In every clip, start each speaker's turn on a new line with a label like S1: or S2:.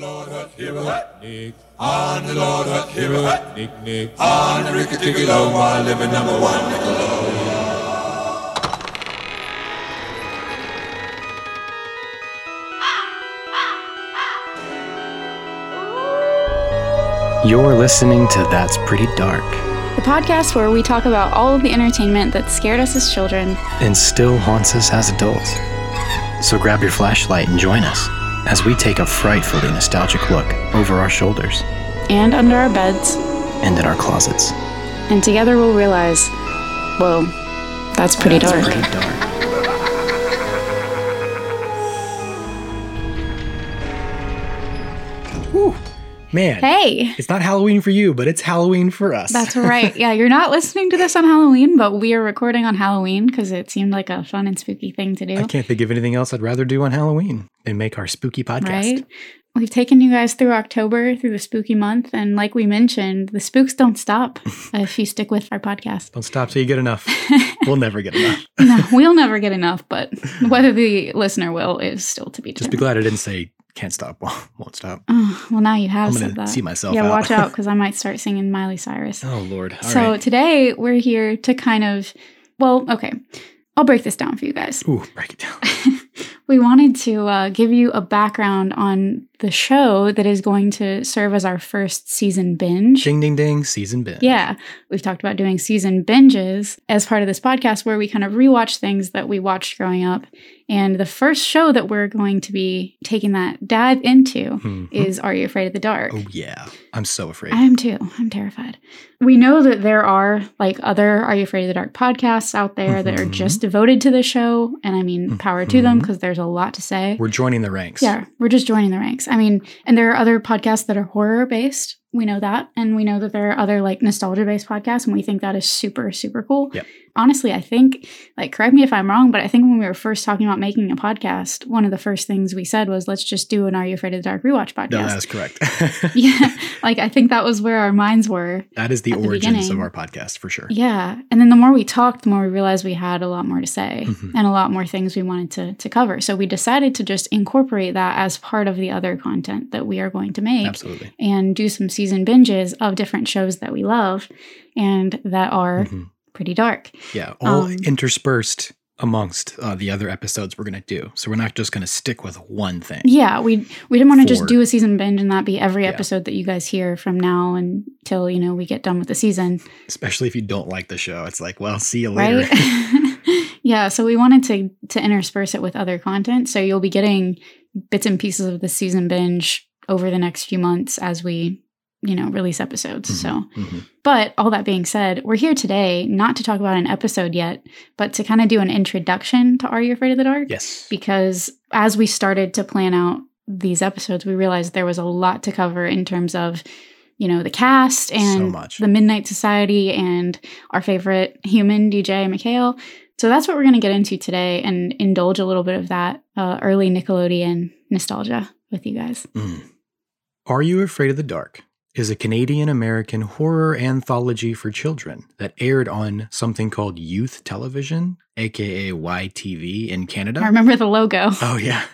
S1: Lord Hut, here hut, Nick. On the Lord Hut, here hut, Nick, Nick. On the Ricky Ticky Low, while living number one, Nickelodeon.
S2: You're listening to That's Pretty Dark
S3: the podcast where we talk about all of the entertainment that scared us as children
S2: and still haunts us as adults. So grab your flashlight and join us as we take a frightfully nostalgic look over our shoulders
S3: and under our beds
S2: and in our closets.
S3: And together we'll realize, whoa, that's pretty
S2: that's
S3: dark.
S2: Pretty dark. Whew. Man.
S3: Hey.
S2: It's not Halloween for you, but it's Halloween for us.
S3: That's right. yeah, you're not listening to this on Halloween, but we are recording on Halloween because it seemed like a fun and spooky thing to do.
S2: I can't think of anything else I'd rather do on Halloween than make our spooky podcast.
S3: Right? We've taken you guys through October, through the spooky month, and like we mentioned, the spooks don't stop if you stick with our podcast.
S2: Don't stop till you get enough. we'll never get enough.
S3: no, we'll never get enough, but whether the listener will is still to be
S2: Just
S3: determined.
S2: be glad I didn't say can't stop, won't stop.
S3: Oh, well, now you have
S2: I'm
S3: said
S2: gonna
S3: that.
S2: see myself
S3: Yeah,
S2: out.
S3: watch out because I might start singing Miley Cyrus.
S2: Oh Lord. All
S3: so
S2: right.
S3: today we're here to kind of, well, okay, I'll break this down for you guys.
S2: Ooh, break it down.
S3: we wanted to uh, give you a background on the show that is going to serve as our first season binge.
S2: Ding ding ding, season bin.
S3: Yeah, we've talked about doing season binges as part of this podcast where we kind of rewatch things that we watched growing up. And the first show that we're going to be taking that dive into
S2: Mhm.
S3: is Are You Afraid of the Dark?
S2: Oh yeah. I'm so afraid.
S3: I am too. I'm terrified. We know that there are like other Are You Afraid of the Dark podcasts out there that are
S2: Mhm.
S3: just devoted to the show. And I mean, power to them
S2: Mhm.
S3: because there's a lot to say.
S2: We're joining the ranks.
S3: Yeah, we're just joining the ranks. I mean, and there are other podcasts that are horror based. We know that. And we know that there are other like nostalgia based podcasts. And we think that is super, super cool.
S2: Yep.
S3: Honestly, I think, like, correct me if I'm wrong, but I think when we were first talking about making a podcast, one of the first things we said was, let's just do an Are You Afraid of the Dark rewatch podcast.
S2: No, that's correct.
S3: yeah. Like, I think that was where our minds were.
S2: that is the
S3: At the
S2: origins
S3: beginning.
S2: of our podcast for sure.
S3: Yeah. And then the more we talked, the more we realized we had a lot more to say
S2: Mhm.
S3: and a lot more things we wanted to, to cover. So we decided to just incorporate that as part of the other content that we are going to make
S2: Absolutely.
S3: and do some season binges of different shows that we love and that are
S2: Mhm.
S3: pretty dark.
S2: Yeah. All
S3: Um,
S2: interspersed amongst uh, the other episodes we're gonna do. So we're not just gonna stick with one thing.
S3: Yeah, we we didn't want to just
S2: Four.
S3: do a season binge and that be every
S2: Yeah.
S3: episode that you guys hear from now until, you know, we get done with the season.
S2: Especially if you don't like the show. It's like, well, see you later.
S3: right yeah so we wanted to to intersperse it with other content so you'll be getting bits and pieces of the season binge over the next few months as we you know release episodes so
S2: Mhm.
S3: but all that being said we're here today not to talk about an episode yet but to kind of do an introduction to are you afraid of the dark
S2: Yes.
S3: because as we started to plan out these episodes, we realized there was a lot to cover in terms of, you know, the cast and
S2: much.
S3: the Midnight Society and our favorite human, DJ McHale. So that's what we're going to get into today and indulge a little bit of that uh, early Nickelodeon nostalgia with you guys.
S2: Mm. Are You Afraid of the Dark is a Canadian American horror anthology for children that aired on something called Youth Television, aka YTV in Canada.
S3: I remember the logo.
S2: Oh, yeah.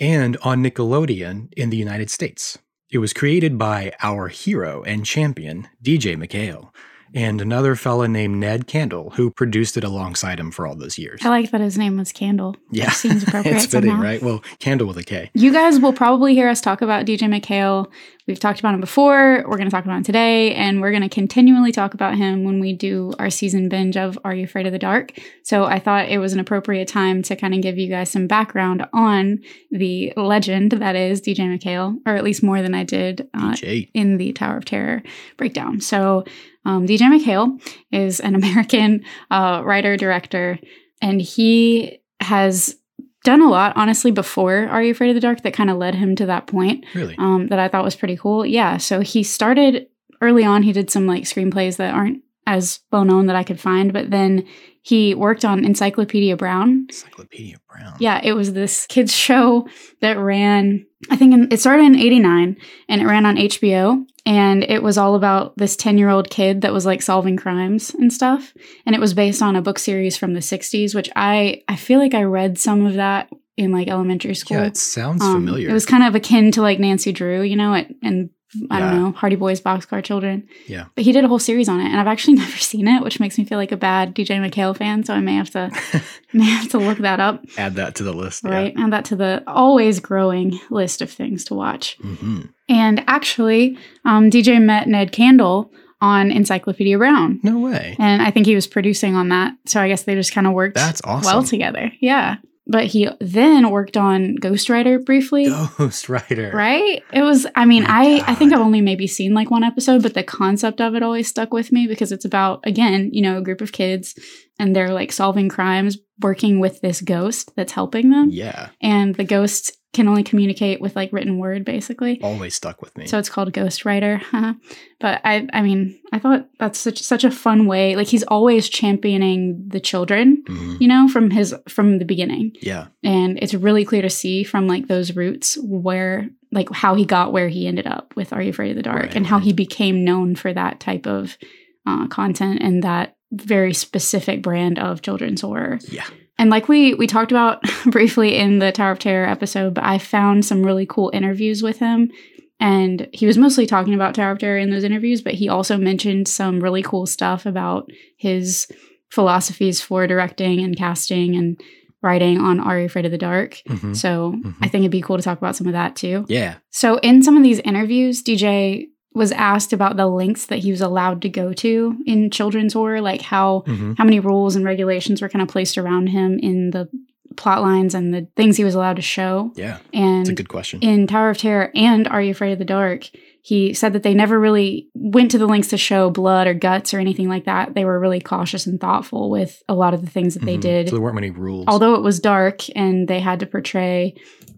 S2: And on Nickelodeon in the United States. It was created by our hero and champion, DJ McHale, and another fella named Ned Candle, who produced it alongside him for all those years.
S3: I like that his name was Candle.
S2: yeah.
S3: seems appropriate
S2: it's fitting,
S3: somehow.
S2: right? Well, Candle with a K.
S3: You guys will probably hear us talk about DJ McHale. We've talked about him before. We're going to talk about him today, and we're going to continually talk about him when we do our season binge of Are You Afraid of the Dark? So I thought it was an appropriate time to kind of give you guys some background on the legend that is DJ McHale, or at least more than I did uh,
S2: DJ.
S3: in the Tower of Terror breakdown. So, um, DJ McHale is an American uh, writer director, and he has done a lot, honestly, before Are You Afraid of the Dark that kind of led him to that point
S2: Really?
S3: um, that I thought was pretty cool. Yeah. So, he started early on, he did some like screenplays that aren't as well known that I could find, but then he worked on Encyclopedia Brown,
S2: Encyclopedia Brown.
S3: yeah, it was this kids show that ran. I think in, it started in '89 and it ran on HBO, and it was all about this ten-year-old kid that was like solving crimes and stuff. And it was based on a book series from the '60s, which I I feel like I read some of that in like elementary school.
S2: Yeah, it sounds
S3: Um,
S2: familiar.
S3: It was kind of akin to like Nancy Drew, you know, it, and I
S2: Yeah.
S3: don't know, Hardy Boys, Boxcar Children.
S2: Yeah.
S3: But he did a whole series on it, and I've actually never seen it, which makes me feel like a bad DJ McHale fan. So I may have to may have to look that up.
S2: Add that to the list.
S3: Right. Add that to the always growing list of things to watch.
S2: Yeah. hmm
S3: And actually, um, DJ met Ned Candle on Encyclopedia Brown.
S2: No way.
S3: And I think he was producing on that. So I guess they just kind of worked
S2: That's awesome.
S3: well together. Yeah. But he then worked on Ghostwriter briefly.
S2: Ghost Rider.
S3: Right? It was I mean,
S2: My
S3: I I think
S2: God.
S3: I've only maybe seen like one episode, but the concept of it always stuck with me because it's about again, you know, a group of kids and they're like solving crimes working with this ghost that's helping them
S2: Yeah.
S3: and the ghost can only communicate with like written word basically.
S2: Always stuck with me.
S3: So it's called Ghost Rider. but I I mean, I thought that's such such a fun way. Like he's always championing the children,
S2: Mhm.
S3: you know, from his from the beginning
S2: Yeah.
S3: and it's really clear to see from like those roots where like how he got where he ended up with are you afraid of the dark
S2: Right,
S3: and how
S2: right.
S3: he became known for that type of uh, content and that very specific brand of children's horror
S2: Yeah.
S3: and like we we talked about briefly in the tower of terror episode but i found some really cool interviews with him and he was mostly talking about tower of terror in those interviews but he also mentioned some really cool stuff about his philosophies for directing and casting and writing on are you afraid of the dark
S2: Mhm.
S3: so
S2: Mhm.
S3: I think it'd be cool to talk about some of that too.
S2: Yeah.
S3: So in some of these interviews, DJ was asked about the lengths that he was allowed to go to in children's horror, like how
S2: Mhm.
S3: how many rules and regulations were kind of placed around him in the plot lines and the things he was allowed to show.
S2: Yeah. It's a
S3: And
S2: good question.
S3: in Tower of Terror and Are You Afraid of the Dark, he said that they never really went to the lengths to show blood or guts or anything like that. They were really cautious and thoughtful with a lot of the things that they
S2: Mhm.
S3: did
S2: So there weren't many rules.
S3: although it was dark and they had to portray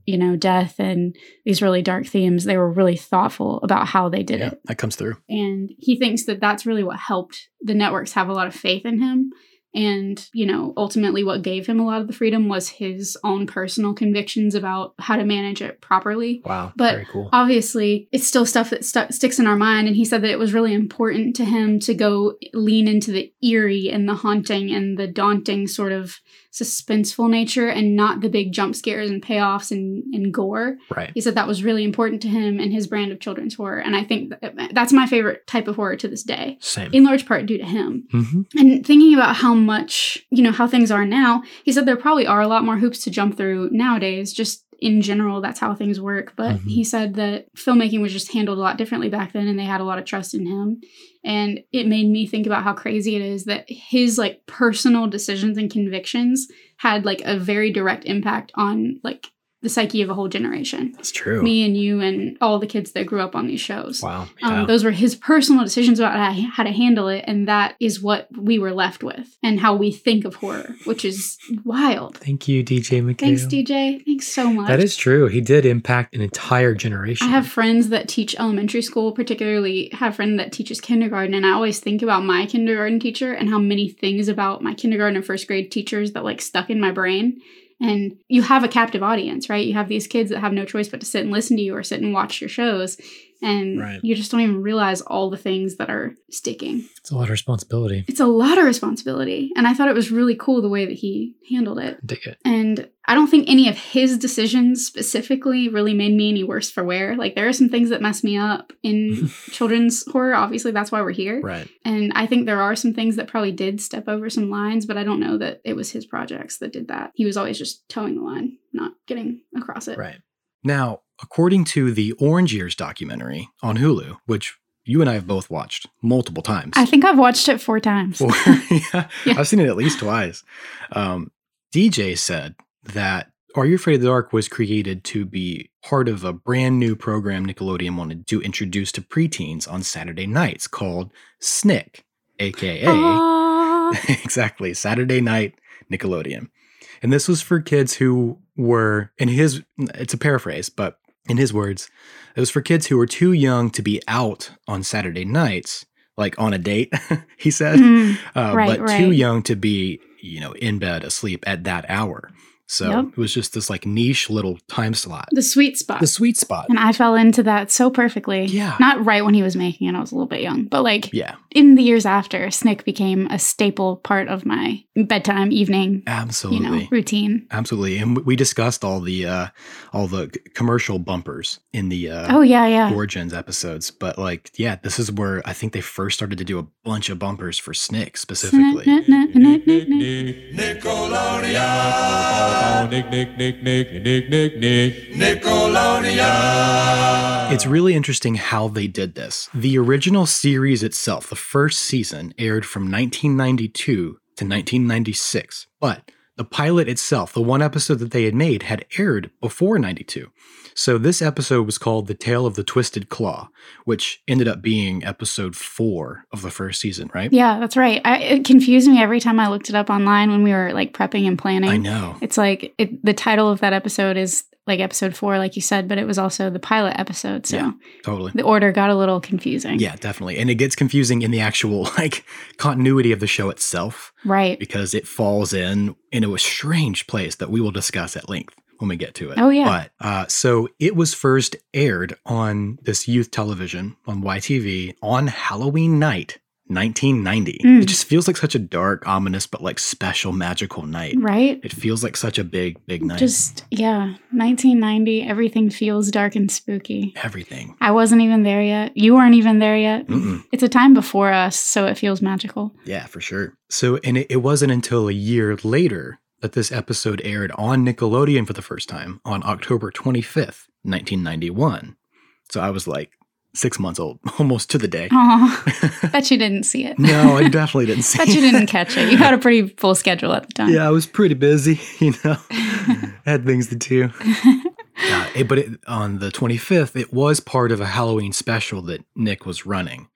S3: you know death and these really dark themes they were really thoughtful about how they did
S2: yeah,
S3: it
S2: that comes through.
S3: and he thinks that that's really what helped the networks have a lot of faith in him and you know ultimately what gave him a lot of the freedom was his own personal convictions about how to manage it properly
S2: Wow.
S3: But
S2: Very cool.
S3: obviously it's still stuff that stu- sticks in our mind and he said that it was really important to him to go lean into the eerie and the haunting and the daunting sort of suspenseful nature and not the big jump scares and payoffs and, and gore
S2: right.
S3: he said that was really important to him and his brand of children's horror and i think that, that's my favorite type of horror to this day
S2: Same.
S3: in large part due to him
S2: hmm
S3: and thinking about how much, you know, how things are now, he said there probably are a lot more hoops to jump through nowadays, just in general, that's how things work. But
S2: Mhm.
S3: he said that filmmaking was just handled a lot differently back then and they had a lot of trust in him. And it made me think about how crazy it is that his like personal decisions and convictions had like a very direct impact on like the psyche of a whole generation.
S2: That's true.
S3: Me and you and all the kids that grew up on these shows.
S2: wow.
S3: Um, those were his personal decisions about how- how to handle it, and that is what we were left with, and how we think of horror, which is wild.
S4: Thank you, DJ McHale.
S3: Thanks, DJ. Thanks so much.
S4: That is true. He did impact an entire generation.
S3: I have friends that teach elementary school, particularly have a friend that teaches kindergarten, and I always think about my kindergarten teacher and how many things about my kindergarten and first grade teachers that like stuck in my brain. And you have a captive audience, right? You have these kids that have no choice but to sit and listen to you or sit and watch your shows. And
S2: Right.
S3: you just don't even realize all the things that are sticking.
S4: It's a lot of responsibility.
S3: it's a lot of responsibility. And I thought it was really cool the way that he handled it.
S4: Dig it.
S3: And I don't think any of his decisions specifically really made me any worse for wear. Like, there are some things that mess me up in children's horror. Obviously, that's why we're here.
S2: right.
S3: And I think there are some things that probably did step over some lines, but I don't know that it was his projects that did that. He was always just towing the line, not getting across it.
S2: Right. Now, according to the Orange Years documentary on Hulu, which you and I have both watched multiple times.
S3: I think I've watched it four times.
S2: Or- yeah,
S3: Yeah.
S2: I've seen it at least twice. Um, DJ said that Are You Afraid of the Dark was created to be part of a brand new program Nickelodeon wanted to introduce to preteens on Saturday nights called SNICK, aka
S3: Aw.
S2: exactly Saturday night Nickelodeon. And this was for kids who were, in his, it's a paraphrase, but in his words, it was for kids who were too young to be out on Saturday nights, like on a date, he said
S3: Mm.
S2: uh,
S3: Right,
S2: but
S3: right.
S2: too young to be, you know, in bed asleep at that hour. So
S3: Yep.
S2: it was just this like niche little time slot,
S3: The sweet spot.
S2: the sweet spot.
S3: and I fell into that so perfectly.
S2: Yeah.
S3: Not right when he was making it. I was a little bit young, but like
S2: Yeah,
S3: in the years after, Snick became a staple part of my bedtime, evening,
S2: absolutely.
S3: you know, routine.
S2: Absolutely, and we- we discussed all the uh, all the c- commercial bumpers in the uh,
S3: oh yeah, yeah.
S2: Origins episodes, but like, yeah, this is where I think they first started to do a bunch of bumpers for Snick
S3: Mm-hmm.
S2: specifically.
S3: Nick,
S1: Nickelodeon. Nick, Nick, Nick, Nick, Nick, Nick, Nick. Nickelodeon.
S2: It's really interesting how they did this. The original series itself, the first season, aired from 1992 to 1996, but the pilot itself, the one episode that they had made, had aired before 92. So this episode was called The Tale of the Twisted Claw, which ended up being episode four of the first season, right?
S3: Yeah, that's right. I, it confused me every time I looked it up online when we were like prepping and planning.
S2: I know.
S3: It's like it, the title of that episode is like episode four, like you said, but it was also the pilot episode. So
S2: Yeah. Totally.
S3: the order got a little confusing.
S2: Yeah, definitely. And it gets confusing in the actual like continuity of the show itself
S3: Right.
S2: because it falls in into a strange place that we will discuss at length when we get to it.
S3: Oh, yeah.
S2: But uh, so it was first aired on this youth television on YTV on Halloween night. 1990.
S3: Mm.
S2: It just feels like such a dark, ominous, but like special, magical night.
S3: Right.
S2: It feels like such a big, big night.
S3: Hmm. Just, yeah, 1990, everything feels dark and spooky.
S2: everything.
S3: I wasn't even there yet. You weren't even there yet.
S2: Mm-mm.
S3: It's a time before us, so it feels magical.
S2: Yeah, for sure. So, and it, it wasn't until a year later that this episode aired on Nickelodeon for the first time on October 25th, 1991. So I was like six months old, almost to the day.
S3: Oh, bet you didn't see it.
S2: no, I definitely didn't see
S3: bet you didn't catch it. You had a pretty full schedule at the time.
S2: Yeah, I was pretty busy, you know, had things to do. Yeah, it- but it, on the 25th, it was part of a Halloween special that Nick was running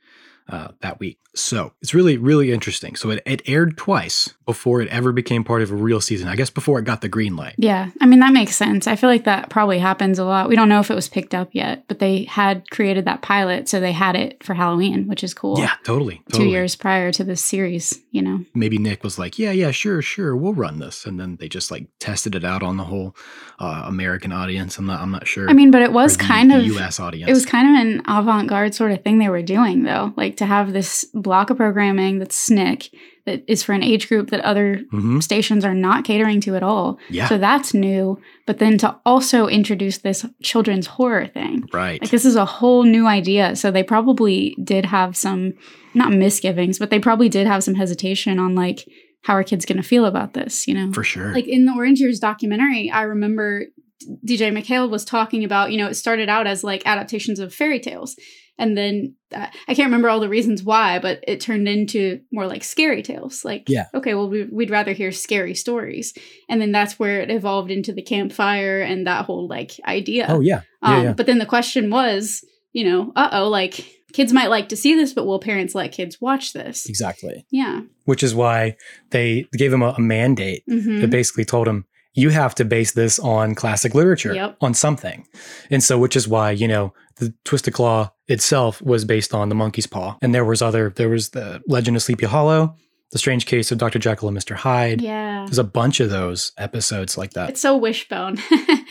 S2: uh, that week. So it's really, really interesting. So it, it aired twice before it ever became part of a real season. I guess before it got the green light.
S3: Yeah, I mean that makes sense. I feel like that probably happens a lot. We don't know if it was picked up yet, but they had created that pilot, so they had it for Halloween, which is cool.
S2: Yeah, totally.
S3: two
S2: totally.
S3: years prior to this series, you know.
S2: Maybe Nick was like, yeah, yeah, sure, sure, we'll run this. And then they just like tested it out on the whole uh, American audience. I'm not, I'm not sure.
S3: I mean, but it was
S2: Or the-
S3: kind
S2: the
S3: of
S2: U.S. audience.
S3: it was kind of an avant-garde sort of thing they were doing though, like to have this block of programming that's SNCC that is for an age group that other
S2: Mhm.
S3: stations are not catering to at all.
S2: Yeah,
S3: So that's new, but then to also introduce this children's horror thing.
S2: right.
S3: Like this is a whole new idea. So they probably did have some not misgivings, but they probably did have some hesitation on like how are kids going to feel about this, you know?
S2: for sure.
S3: Like in the Orange Years documentary, I remember D- DJ McHale was talking about, you know, it started out as like adaptations of fairy tales. And then uh, I can't remember all the reasons why, but it turned into more like scary tales. Like,
S2: Yeah.
S3: okay, well, we, we'd rather hear scary stories. And then that's where it evolved into the campfire and that whole like idea.
S2: Oh, yeah.
S3: Um, But then the question was, you know, uh oh, like kids might like to see this, but will parents let kids watch this?
S2: Exactly.
S3: Yeah.
S4: Which is why they gave him a, a mandate
S3: hmm
S4: that basically told him you have to base this on classic literature
S3: Yep.
S4: on something and so which is why you know the twisted claw itself was based on the monkey's paw and there was other there was the legend of sleepy hollow the strange case of dr jekyll and mr hyde
S3: Yeah.
S4: there's a bunch of those episodes like that
S3: It's so wishbone.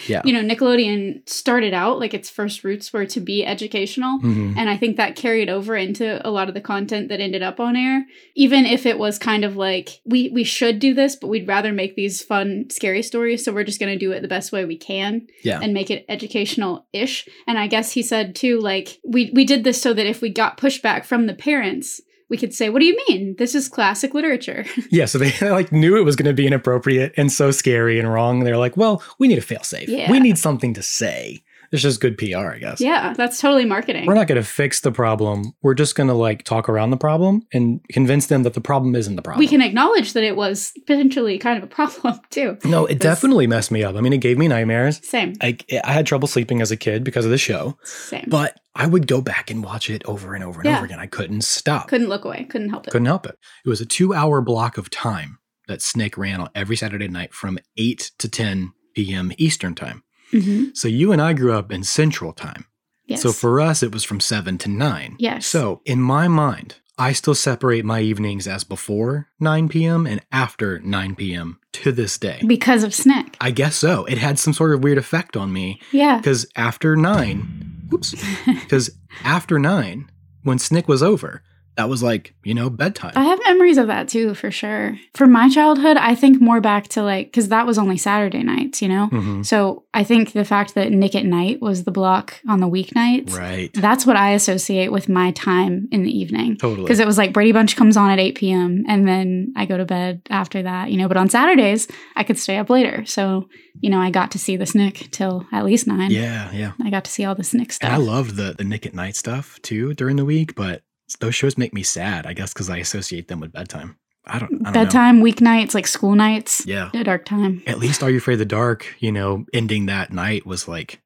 S4: Yeah.
S3: You know, Nickelodeon started out like its first roots were to be educational.
S4: Mhm.
S3: And I think that carried over into a lot of the content that ended up on air. Even if it was kind of like, we, we should do this, but we'd rather make these fun, scary stories. So we're just going to do it the best way we can
S2: Yeah.
S3: and make it educational ish. And I guess he said too, like, we, we did this so that if we got pushback from the parents, we could say, What do you mean? This is classic literature.
S4: yeah so they like knew it was going to be inappropriate and so scary and wrong they're like well we need a fail safe
S3: Yeah.
S4: we need something to say it's just good pr i guess
S3: yeah, that's totally marketing.
S4: we're not going to fix the problem we're just going to like talk around the problem and convince them that the problem isn't the problem
S3: we can acknowledge that it was potentially kind of a problem too.
S4: No, it
S3: This-
S4: definitely messed me up. I mean, it gave me nightmares.
S3: Same,
S4: I, I had trouble sleeping as a kid because of the show,
S3: same.
S4: but I would go back and watch it over and over and
S3: Yeah.
S4: over again. I couldn't stop.
S3: couldn't look away. Couldn't help it.
S2: Couldn't help it. It was a two hour block of time that Snake ran on every Saturday night from 8 to 10 p.m. Eastern time.
S3: hmm
S2: So you and I grew up in Central time.
S3: Yes.
S2: So for us, it was from 7 to 9.
S3: Yes.
S2: So in my mind,
S5: I still separate my evenings as before 9 p.m. and after 9 p.m. to this day.
S3: because of Snick.
S5: I guess so. It had some sort of weird effect on me
S3: Yeah.
S5: because after nine, whoops, because after nine, when Snick was over, that was like, you know, bedtime.
S3: I have memories of that too, for sure. For my childhood, I think more back to like, because that was only Saturday nights, you
S2: Mm-hmm.
S3: know?
S5: Mhm.
S3: So I think the fact that Nick at Night was the block on the weeknights,
S5: Right.
S3: that's what I associate with my time in the evening.
S5: Totally.
S3: Because it was like Brady Bunch comes on at 8 p.m. and then I go to bed after that, you know. But on Saturdays, I could stay up later. So, you know, I got to see the Snick till at least nine.
S5: yeah, yeah.
S3: I got to see all the Snick stuff.
S5: And I loved the the Nick at Night stuff too during the week, but those shows make me sad, I guess, because I associate them with bedtime. I don't, I don't
S3: Bedtime, weeknights, like school nights,
S5: Know. Yeah.
S3: a dark time.
S5: At least Are You Afraid of the Dark, you know, ending that night was like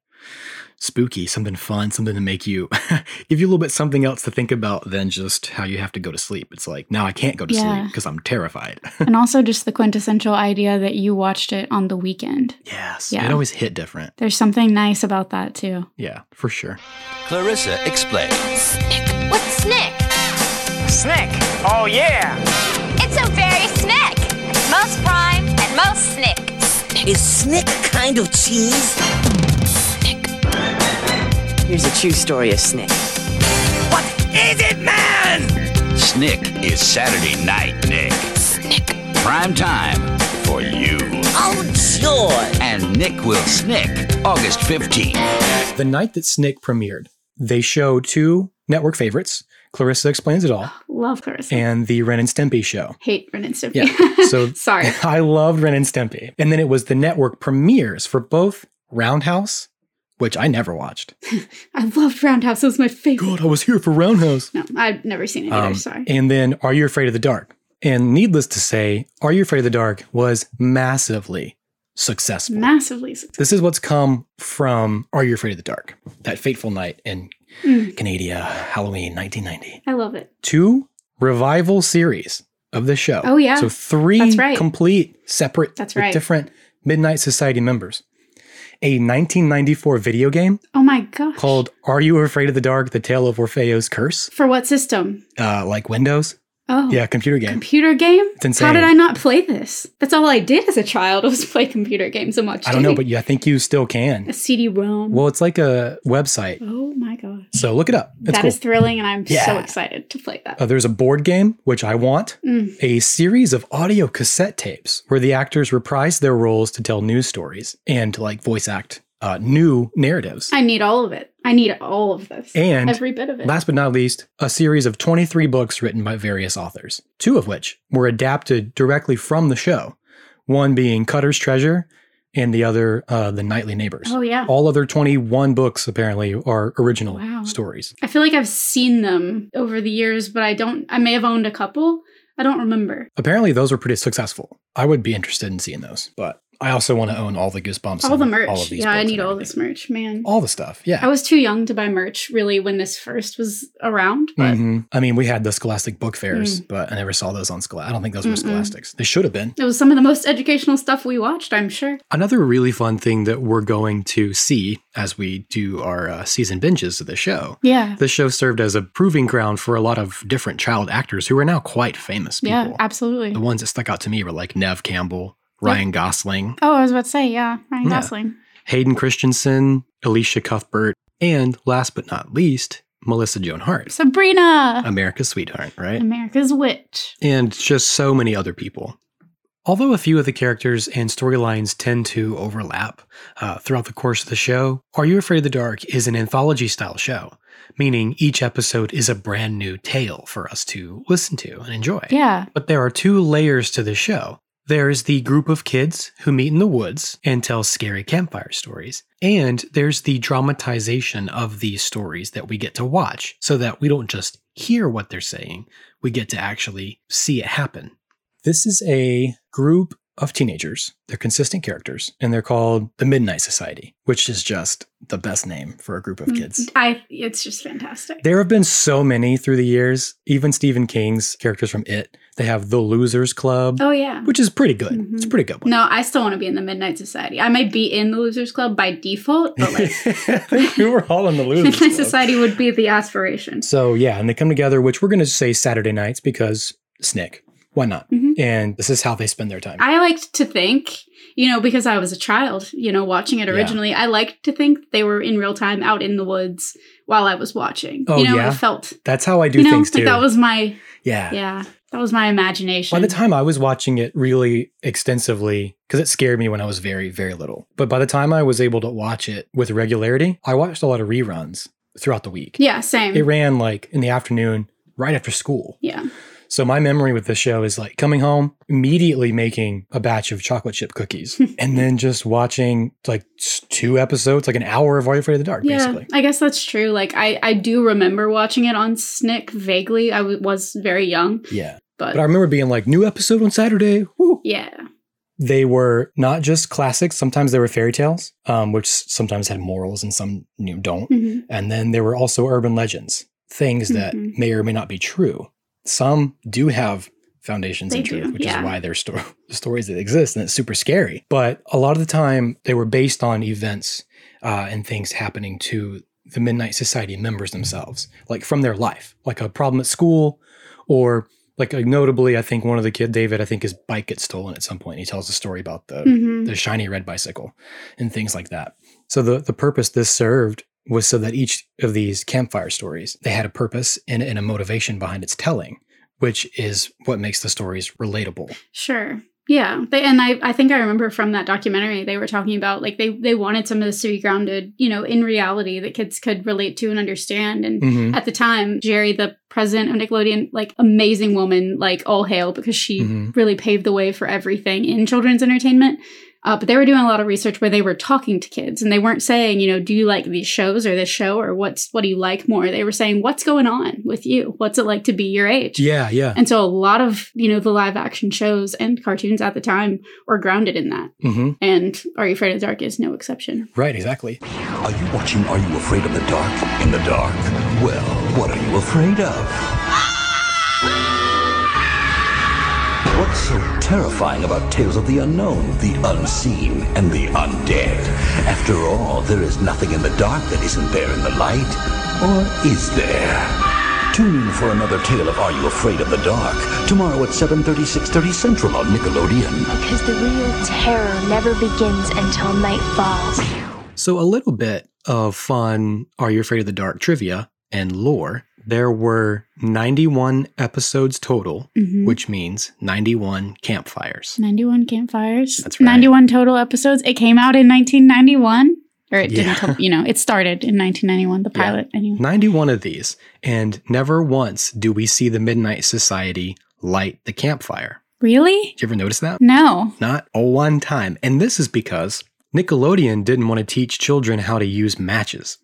S5: spooky, something fun, something to make you give you a little bit something else to think about than just how you have to go to sleep. It's like, now I can't go to
S3: Yeah.
S5: sleep because I'm terrified.
S3: and also just the quintessential idea that you watched it on the weekend.
S5: yes.
S3: Yeah.
S5: It always hit different.
S3: There's something nice about that too.
S5: Yeah, for sure.
S6: Clarissa explains.
S7: Snick. What's snick?
S8: Snick. Oh, yeah.
S7: It's so very snick. Most prime and most snick. Snick.
S9: Is Snick a kind of cheese? Here's a true story of Snick.
S8: What is it, man?
S10: Snick is Saturday night, Nick. Prime time for you.
S9: Oh, joy!
S10: And Nick will snick August 15th.
S2: The night that Snick premiered, they show two network favorites, Clarissa Explains It All
S3: Love Clarissa.
S2: and The Ren and Stimpy Show.
S3: Hate Ren and Stimpy.
S2: Yeah, so-
S3: sorry.
S2: I loved Ren and Stimpy. And then it was the network premieres for both Roundhouse, which I never watched.
S3: I loved Roundhouse. It was my favorite.
S2: God, I was here for Roundhouse.
S3: No, I've never seen it either.
S2: Um,
S3: sorry.
S2: And then Are You Afraid of the Dark? And needless to say, Are You Afraid of the Dark was massively successful.
S3: Massively successful.
S2: this is what's come from Are You Afraid of the Dark? That fateful night in
S3: Mm.
S2: Canada, Halloween 1990.
S3: I love it.
S2: Two revival series of the show.
S3: Oh, yeah.
S2: So three
S3: That's right.
S2: complete, separate,
S3: That's
S2: with
S3: right.
S2: different Midnight Society members. A 1994 video game
S3: Oh my gosh.
S2: called Are You Afraid of the Dark? The Tale of Orfeo's Curse,
S3: For what system?
S2: uh, like Windows.
S3: Oh.
S2: Yeah, computer game.
S3: Computer game?
S2: It's insane.
S3: How did I not play this? That's all I did as a child was play computer games so much.
S2: I don't know, but yeah, I think you still
S3: a
S2: can.
S3: CD ROM.
S2: Well, it's like a website.
S3: oh my gosh.
S2: So look it up. It's
S3: That is
S2: cool.
S3: thrilling, and I'm so
S2: Yeah.
S3: excited to play that.
S2: Uh, there's a board game, which I want,
S3: Mm.
S2: a series of audio cassette tapes where the actors reprise their roles to tell news stories and to like voice act uh, new narratives.
S3: I need all of it. I need all of this.
S2: And
S3: every bit of it.
S2: Last but not least, a series of 23 books written by various authors, two of which were adapted directly from the show, one being Cutter's Treasure and the other, uh, The Nightly Neighbors.
S3: oh yeah.
S2: All other 21 books apparently are original
S3: Wow.
S2: stories.
S3: I feel like I've seen them over the years, but I don't I may have owned a couple. I don't remember.
S2: Apparently, those were pretty successful. I would be interested in seeing those, but I also want to own all the Goosebumps.
S3: all
S2: and
S3: the merch.
S2: All of these
S3: yeah, I
S2: books
S3: need
S2: and
S3: all
S2: everything.
S3: this merch, man.
S2: All the stuff. Yeah.
S3: I was too young to buy merch really when this first was around, but
S2: Mhm. I mean, we had the Scholastic book fairs, but I never saw those on Scholastic. I don't think those were
S3: Mm. Mm-mm.
S2: Scholastics. They should have been.
S3: it was some of the most educational stuff we watched, I'm sure.
S5: Another really fun thing that we're going to see as we do our uh, season binges of the show
S3: Yeah.
S5: This show served as a proving ground for a lot of different child actors who are now quite famous people.
S3: Yeah, absolutely.
S5: the ones that stuck out to me were like Nev Campbell, Ryan Gosling,
S3: Oh, I was about to say, yeah, Ryan
S5: Yeah.
S3: Gosling.
S5: Hayden Christensen, Alicia Cuthbert, and last but not least, Melissa Joan Hart,
S3: Sabrina,
S5: America's sweetheart, right?
S3: America's Witch.
S5: And just so many other people.
S2: Although a few of the characters and storylines tend to overlap uh, throughout the course of the show, Are You Afraid of the Dark is an anthology style show, meaning each episode is a brand new tale for us to listen to and enjoy.
S3: Yeah.
S2: But there are two layers to the show. There's the group of kids who meet in the woods and tell scary campfire stories. And there's the dramatization of these stories that we get to watch so that we don't just hear what they're saying, we get to actually see it happen. This is a group of teenagers. They're consistent characters, and they're called the Midnight Society, which is just the best name for a group of kids.
S3: I it's just fantastic.
S2: There have been so many through the years, even Stephen King's characters from It. They have the Losers Club,
S3: Oh Mm-hmm. yeah.
S2: which is pretty good. It's a pretty good one.
S3: No, I still want to be in the Midnight Society. I might be in the Losers Club by default, but like
S2: I think we were all in the Losers
S3: Midnight
S2: Club.
S3: Society would be the aspiration.
S2: So yeah, and they come together, which we're going to say Saturday nights because Snick. Why not?
S3: Mhm.
S2: And this is how they spend their time.
S3: I liked to think, you know, because I was a child, you know, watching it
S2: Yeah.
S3: originally, I liked to think they were in real time out in the woods while I was watching.
S2: Oh,
S3: you know,
S2: yeah?
S3: it felt,
S2: That's how I do
S3: you know,
S2: things
S3: like
S2: too.
S3: that was my,
S2: yeah.
S3: yeah, that was my imagination.
S2: By the time I was watching it really extensively, because it scared me when I was very, very little. But by the time I was able to watch it with regularity, I watched a lot of reruns throughout the week.
S3: yeah, same.
S2: It ran like in the afternoon, right after school.
S3: yeah.
S2: So my memory with this show is like coming home, immediately making a batch of chocolate chip cookies, and then just watching like s- two episodes, like an hour of Are You Afraid of the Dark,
S3: Yeah,
S2: basically.
S3: I guess that's true. Like, I, I do remember watching it on Snick vaguely. I w- was very young,
S2: Yeah.
S3: but,
S2: But I remember being like, new episode on Saturday. Woo.
S3: yeah.
S2: They were not just classics. Sometimes they were fairy tales, um, which s- sometimes had morals and some you know, don't.
S3: Mhm.
S2: And then there were also urban legends, things that
S3: Mhm.
S2: may or may not be true. Some do have foundations
S3: They
S2: in truth,
S3: do,
S2: which
S3: yeah.
S2: is why they're sto- stories that exist and it's super scary. But a lot of the time, they were based on events uh, and things happening to the Midnight Society members themselves, like from their life, like a problem at school or. Like uh, notably, I think one of the kid David, I think his bike gets stolen at some point. He tells a story about the
S3: Mhm.
S2: the shiny red bicycle and things like that. So the the purpose this served was so that each of these campfire stories they had a purpose and, and a motivation behind its telling, which is what makes the stories relatable.
S3: Sure. Yeah. They, and I, I think I remember from that documentary they were talking about like they, they wanted some of this to be grounded, you know, in reality that kids could relate to and understand. And
S2: Mhm.
S3: at the time, Jerry, the president of Nickelodeon, like amazing woman, like all hail because she
S2: Mhm.
S3: really paved the way for everything in children's entertainment. Uh, but they were doing a lot of research where they were talking to kids and they weren't saying, you know, do you like these shows or this show or what's what do you like more? They were saying, what's going on with you? What's it like to be your age?
S2: Yeah, yeah.
S3: And so a lot of, you know, the live action shows and cartoons at the time were grounded in that.
S2: hmm
S3: And Are You Afraid of the Dark is no exception.
S2: Right, exactly.
S11: Are you watching Are You Afraid of the Dark? In the dark? Well, what are you afraid of? What's so terrifying about tales of the unknown, the unseen, and the undead? After all, there is nothing in the dark that isn't there in the light. Or is there? Tune in for another tale of Are You Afraid of the Dark? Tomorrow at 7.30, 6.30 Central on Nickelodeon.
S7: Because the real terror never begins until night falls.
S2: So a little bit of fun Are You Afraid of the Dark trivia and lore. There were 91 episodes total, which means 91 campfires.
S3: 91 campfires.
S2: That's right.
S3: 91 total episodes. It came out in 1991. Or it
S2: Yeah.
S3: didn't, come, you know, it started in 1991, the
S2: Yeah.
S3: pilot. Anyway.
S2: 91 of these, and never once do we see the Midnight Society light the campfire.
S3: Really?
S2: Did you ever notice that?
S3: No.
S2: Not a one time. And this is because Nickelodeon didn't want to teach children how to use matches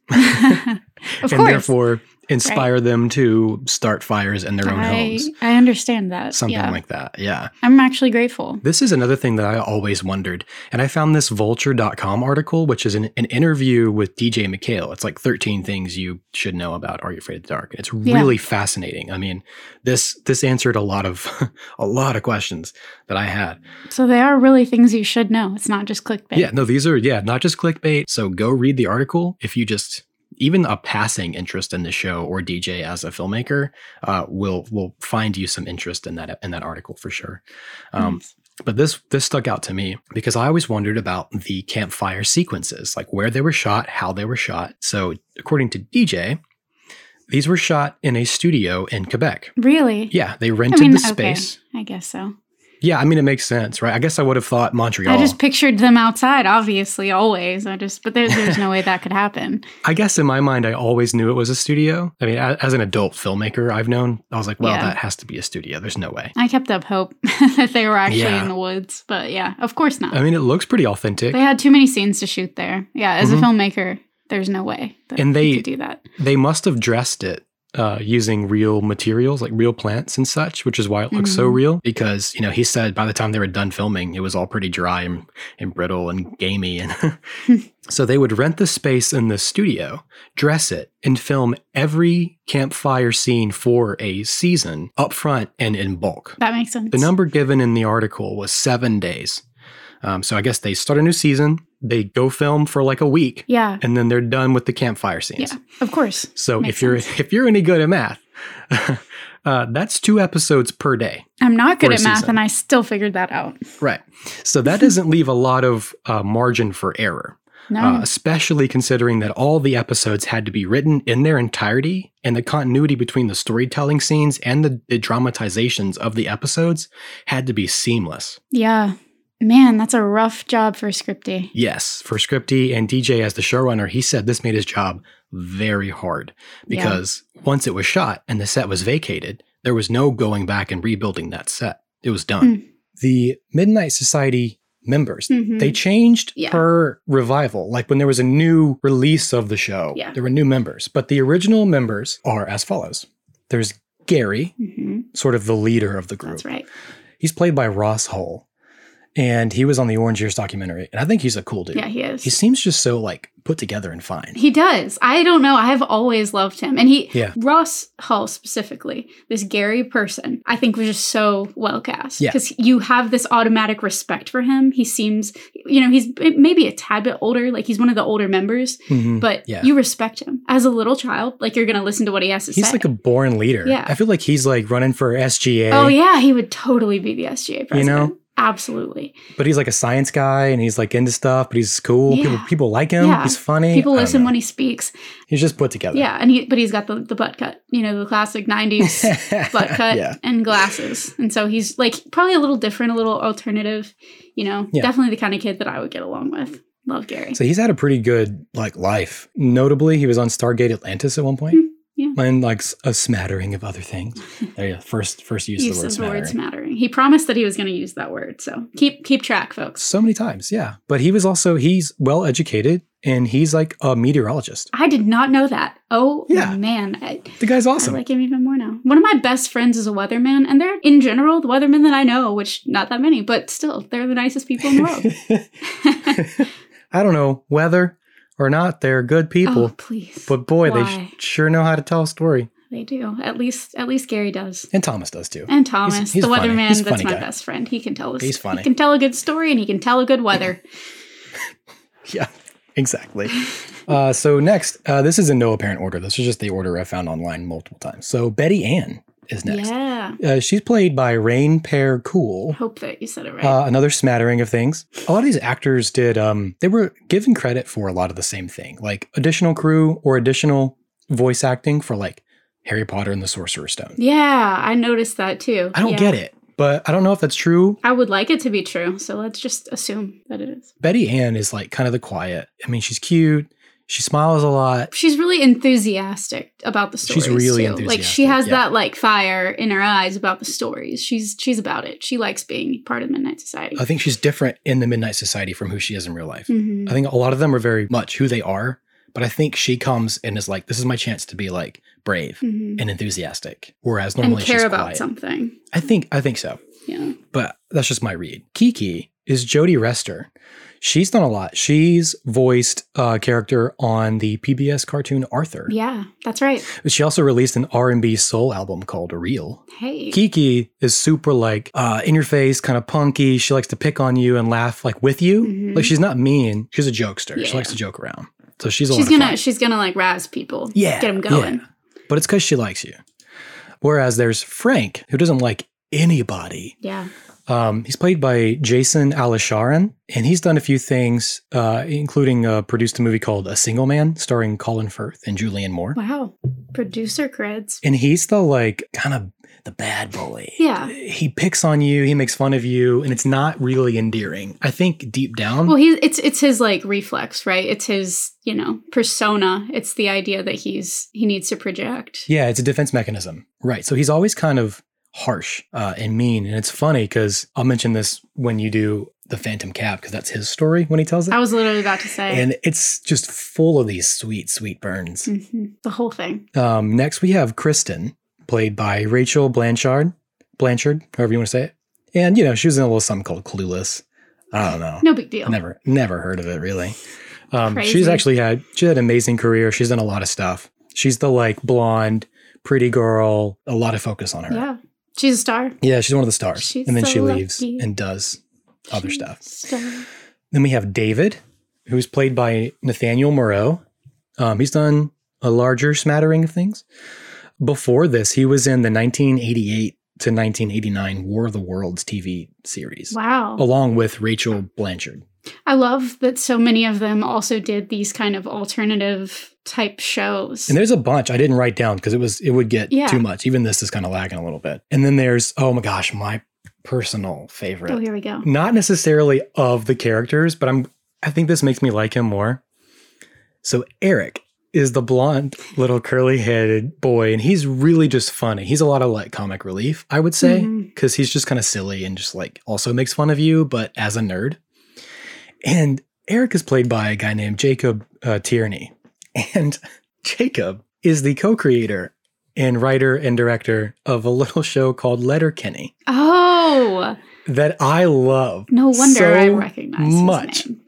S3: Of
S2: and
S3: course.
S2: therefore inspire them to start fires in their own
S3: I,
S2: homes.
S3: I understand that.
S2: Something
S3: yeah.
S2: like that. Yeah.
S3: I'm actually grateful.
S2: This is another thing that I always wondered. And I found this vulture.com article, which is an, an interview with DJ McHale. It's like 13 things you should know about Are You Afraid of the Dark? It's
S3: Yeah.
S2: really fascinating. I mean, this this answered a lot of a lot of questions that I had.
S3: So they are really things you should know. It's not just clickbait.
S2: Yeah, no, these are yeah, not just clickbait. So go read the article if you just even a passing interest in the show or DJ as a filmmaker uh, will will find you some interest in that in that article for sure. Um,
S3: Nice.
S2: But this this stuck out to me because I always wondered about the campfire sequences, like where they were shot, how they were shot. So according to DJ, these were shot in a studio in Quebec.
S3: Really?
S2: Yeah, they
S3: I
S2: rented
S3: mean,
S2: the
S3: okay.
S2: space.
S3: I guess so.
S2: Yeah, I mean it makes sense, right? I guess I would have thought Montreal.
S3: I just pictured them outside, obviously, always. I just, but there, there's no way that could happen.
S2: I guess in my mind, I always knew it was a studio. I mean, a- as an adult filmmaker, I've known, I was like, well,
S3: Yeah.
S2: that has to be a studio. There's no way.
S3: I kept up hope that they were actually
S2: Yeah.
S3: in the woods, but yeah, of course not.
S2: I mean, it looks pretty authentic.
S3: they had too many scenes to shoot there. Yeah, as
S2: Mhm.
S3: a filmmaker, there's no way that
S2: And they-
S3: could do that.
S2: They must have dressed it uh, using real materials like real plants and such, which is why it looks so real. Because you know, he said by the time they were done filming, it was all pretty dry and, and brittle and gamey, and so they would rent the space in the studio, dress it, and film every campfire scene for a season up front and in bulk.
S3: That makes sense.
S2: The number given in the article was seven days. Um, so I guess they start a new season, they go film for like a week,
S3: Yeah.
S2: and then they're done with the campfire scenes.
S3: Yeah. Of course.
S2: So
S3: Makes
S2: if you're if you're any good at math, uh, that's two episodes per day.
S3: I'm not good
S2: for a
S3: at math
S2: season.
S3: and I still figured that out.
S2: Right. So that doesn't leave a lot of uh, margin for error,
S3: No.
S2: uh, especially considering that all the episodes had to be written in their entirety and the continuity between the storytelling scenes and the, the dramatizations of the episodes had to be seamless.
S3: yeah. Man, that's a rough job for Scripty.
S2: Yes, for Scripty and DJ as the showrunner, he said this made his job very hard
S3: Yeah.
S2: because once it was shot and the set was vacated, there was no going back and rebuilding that set. It was
S3: Hmm.
S2: done. The Midnight Society members,
S3: Mhm.
S2: they changed
S3: Yeah.
S2: per revival. Like when there was a new release of the show,
S3: Yeah.
S2: there were new members, but the original members are as follows. There's Gary,
S3: hmm
S2: sort of the leader of the group.
S3: That's right.
S2: He's played by Ross Hull. And he was on the Orange Years documentary. And I think he's a cool dude.
S3: Yeah, he is.
S2: He seems just so like put together and fine.
S3: He does. I don't know. I have always loved him. And he,
S2: Yeah.
S3: Ross Hull specifically, this Gary person, I think was just so well cast.
S2: Yeah.
S3: Because you have this automatic respect for him. He seems, you know, he's maybe a tad bit older. Like he's one of the older members,
S2: Mm-hmm.
S3: but
S2: Mm, Yeah.
S3: you respect him. As a little child, like you're going to listen to what he has to
S2: He's
S3: say.
S2: like a born leader.
S3: Yeah.
S2: I feel like he's like running for SGA.
S3: oh, yeah. He would totally be the SGA president.
S2: You know?
S3: Absolutely.
S2: But he's like a science guy and he's like into stuff, but he's cool.
S3: Yeah.
S2: People people like him.
S3: Yeah.
S2: He's funny.
S3: People
S2: I don't
S3: listen
S2: know.
S3: when he speaks.
S2: he's just put together.
S3: Yeah. And he, but he's got the, the butt cut, you know, the classic 90s butt cut
S2: yeah.
S3: and glasses. And so he's like probably a little different, a little alternative, you know,
S2: Yeah.
S3: definitely the kind of kid that I would get along with. Love Gary.
S2: So he's had a pretty good like life. Notably, he was on Stargate Atlantis at one point.
S3: Hmm. yeah.
S2: And like s- a smattering of other things. There you go. First first use, of
S3: Use
S2: the word
S3: of the word
S2: smattering.
S3: smattering. He promised that he was going to use that word. So keep keep track, folks.
S2: so many times, yeah. But he was also he's well educated and he's like a meteorologist.
S3: I did not know that. Oh
S2: Yeah.
S3: man, I,
S2: The guy's
S3: I
S2: awesome.
S3: like him even more now. One of my best friends is a weatherman, and they're in general the weathermen that I know, which not that many, but still they're the nicest people in the world.
S2: I don't know whether or not they're good people,
S3: oh please,
S2: but boy, they
S3: Why?
S2: sh- sure know how to tell a story.
S3: they do. At least at least Gary does.
S2: And Thomas does too.
S3: And Thomas,
S2: he's
S3: the
S2: funny.
S3: weatherman,
S2: He's a
S3: that's
S2: funny
S3: my
S2: guy.
S3: best friend. He can tell us.
S2: He's funny.
S3: He can tell a good story and he can tell a good weather.
S2: yeah, exactly. uh, so next, uh, this is in no apparent order. This is just the order I found online multiple times. So Betty Ann is next.
S3: Yeah.
S2: Uh, she's played by Rain Pear Cool.
S3: Hope that you said it right.
S2: Uh, another smattering of things. A lot of these actors did, um, they were given credit for a lot of the same thing, like additional crew or additional voice acting for like Harry Potter and the Sorcerer's Stone.
S3: yeah, I noticed that too.
S2: I don't
S3: Yeah.
S2: get it, but I don't know if that's true.
S3: I would like it to be true, so let's just assume that it is.
S2: Betty Ann is like kind of the quiet. I mean, she's cute. She smiles a lot.
S3: She's really enthusiastic about the
S2: She's
S3: stories.
S2: really
S3: too. Like she
S2: enthusiastic,
S3: has
S2: yeah.
S3: that like fire in her eyes about the stories. She's she's about it. She likes being part of the Midnight Society.
S2: I think she's different in the Midnight Society from who she is in real life.
S3: Mhm.
S2: I think a lot of them are very much who they are, but I think she comes and is like, this is my chance to be like brave
S3: Mhm.
S2: and enthusiastic. Whereas
S3: And
S2: normally
S3: care
S2: she's
S3: about
S2: quiet.
S3: something.
S2: I think I think so.
S3: Yeah.
S2: but that's just my read. Kiki is Jodie Rester. She's done a lot. She's voiced a character on the PBS cartoon Arthur.
S3: Yeah, that's right.
S2: She also released an R&B soul album called Real.
S3: Hey.
S2: Kiki is super like uh, in your face, kind of punky. She likes to pick on you and laugh like with you.
S3: Mhm.
S2: Like she's not mean. She's a jokester. She
S3: Yeah.
S2: likes to joke around. So she's a lot
S3: she's
S2: of
S3: gonna
S2: fun.
S3: she's gonna like razz people.
S2: Yeah,
S3: Get them going.
S2: yeah. but it's because she likes you. Whereas there's Frank, who doesn't like anybody.
S3: Yeah.
S2: Um, he's played by Jason Alisharan, and he's done a few things, uh, including uh, produced a movie called A Single Man, starring Colin Firth and Julianne Moore.
S3: Wow. Producer creds.
S2: And he's the like kind of the bad bully.
S3: Yeah.
S2: He picks on you, he makes fun of you, and it's not really endearing. I think deep down,
S3: Well, he it's it's his like reflex, right? It's his, you know, persona. It's the idea that he's he needs to project.
S2: yeah, it's a defense mechanism, right? So he's always kind of harsh uh, and mean, and it's funny because I'll mention this when you do the Phantom Cab because that's his story when he tells it.
S3: I was literally about to say
S2: and it's just full of these sweet, sweet burns.
S3: Mhm. the whole thing.
S2: Um, next, we have Kristen, played by Rachel Blanchard, Blanchard, however you want to say it. And you know, she was in a little something called Clueless. I don't know.
S3: No big deal.
S2: Never, never heard of it really. Um, she's
S3: Crazy.
S2: actually had she had an amazing career. She's done a lot of stuff. She's the like blonde, pretty girl. A lot of focus on her.
S3: Yeah. She's a star.
S2: Yeah, she's one of the stars.
S3: She's
S2: and then
S3: so
S2: she leaves
S3: lucky.
S2: and does other stuff.
S3: Star.
S2: Then we have David, who's played by Nathaniel Moreau. Um, he's done a larger smattering of things. Before this, he was in the 1988 to 1989 War of the Worlds TV series,
S3: Wow.
S2: along with Rachel Blanchard.
S3: I love that so many of them also did these kind of alternative type shows.
S2: And there's a bunch I didn't write down because it was it would get
S3: Yeah.
S2: too much. Even this is kind of lagging a little bit. And then there's oh my gosh, my personal favorite.
S3: Oh, here we go.
S2: not necessarily of the characters, but I'm I think this makes me like him more. So Eric is the blonde little curly-headed boy and he's really just funny. He's a lot of like comic relief, I would say,
S3: Mhm.
S2: cuz he's just kind of silly and just like also makes fun of you but as a nerd. And Eric is played by a guy named Jacob uh, Tierney. And Jacob is the co-creator and writer and director of a little show called Letterkenny
S3: Oh,
S2: that I love.
S3: no wonder
S2: so
S3: I recognize
S2: much.
S3: his name.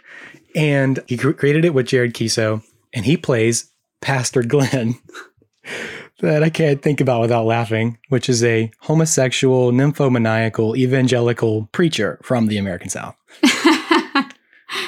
S2: And he cr- created it with Jared Kiso, and he plays Pastor Glenn. That I can't think about without laughing, which is a homosexual, nymphomaniacal, evangelical preacher from the American South.
S3: of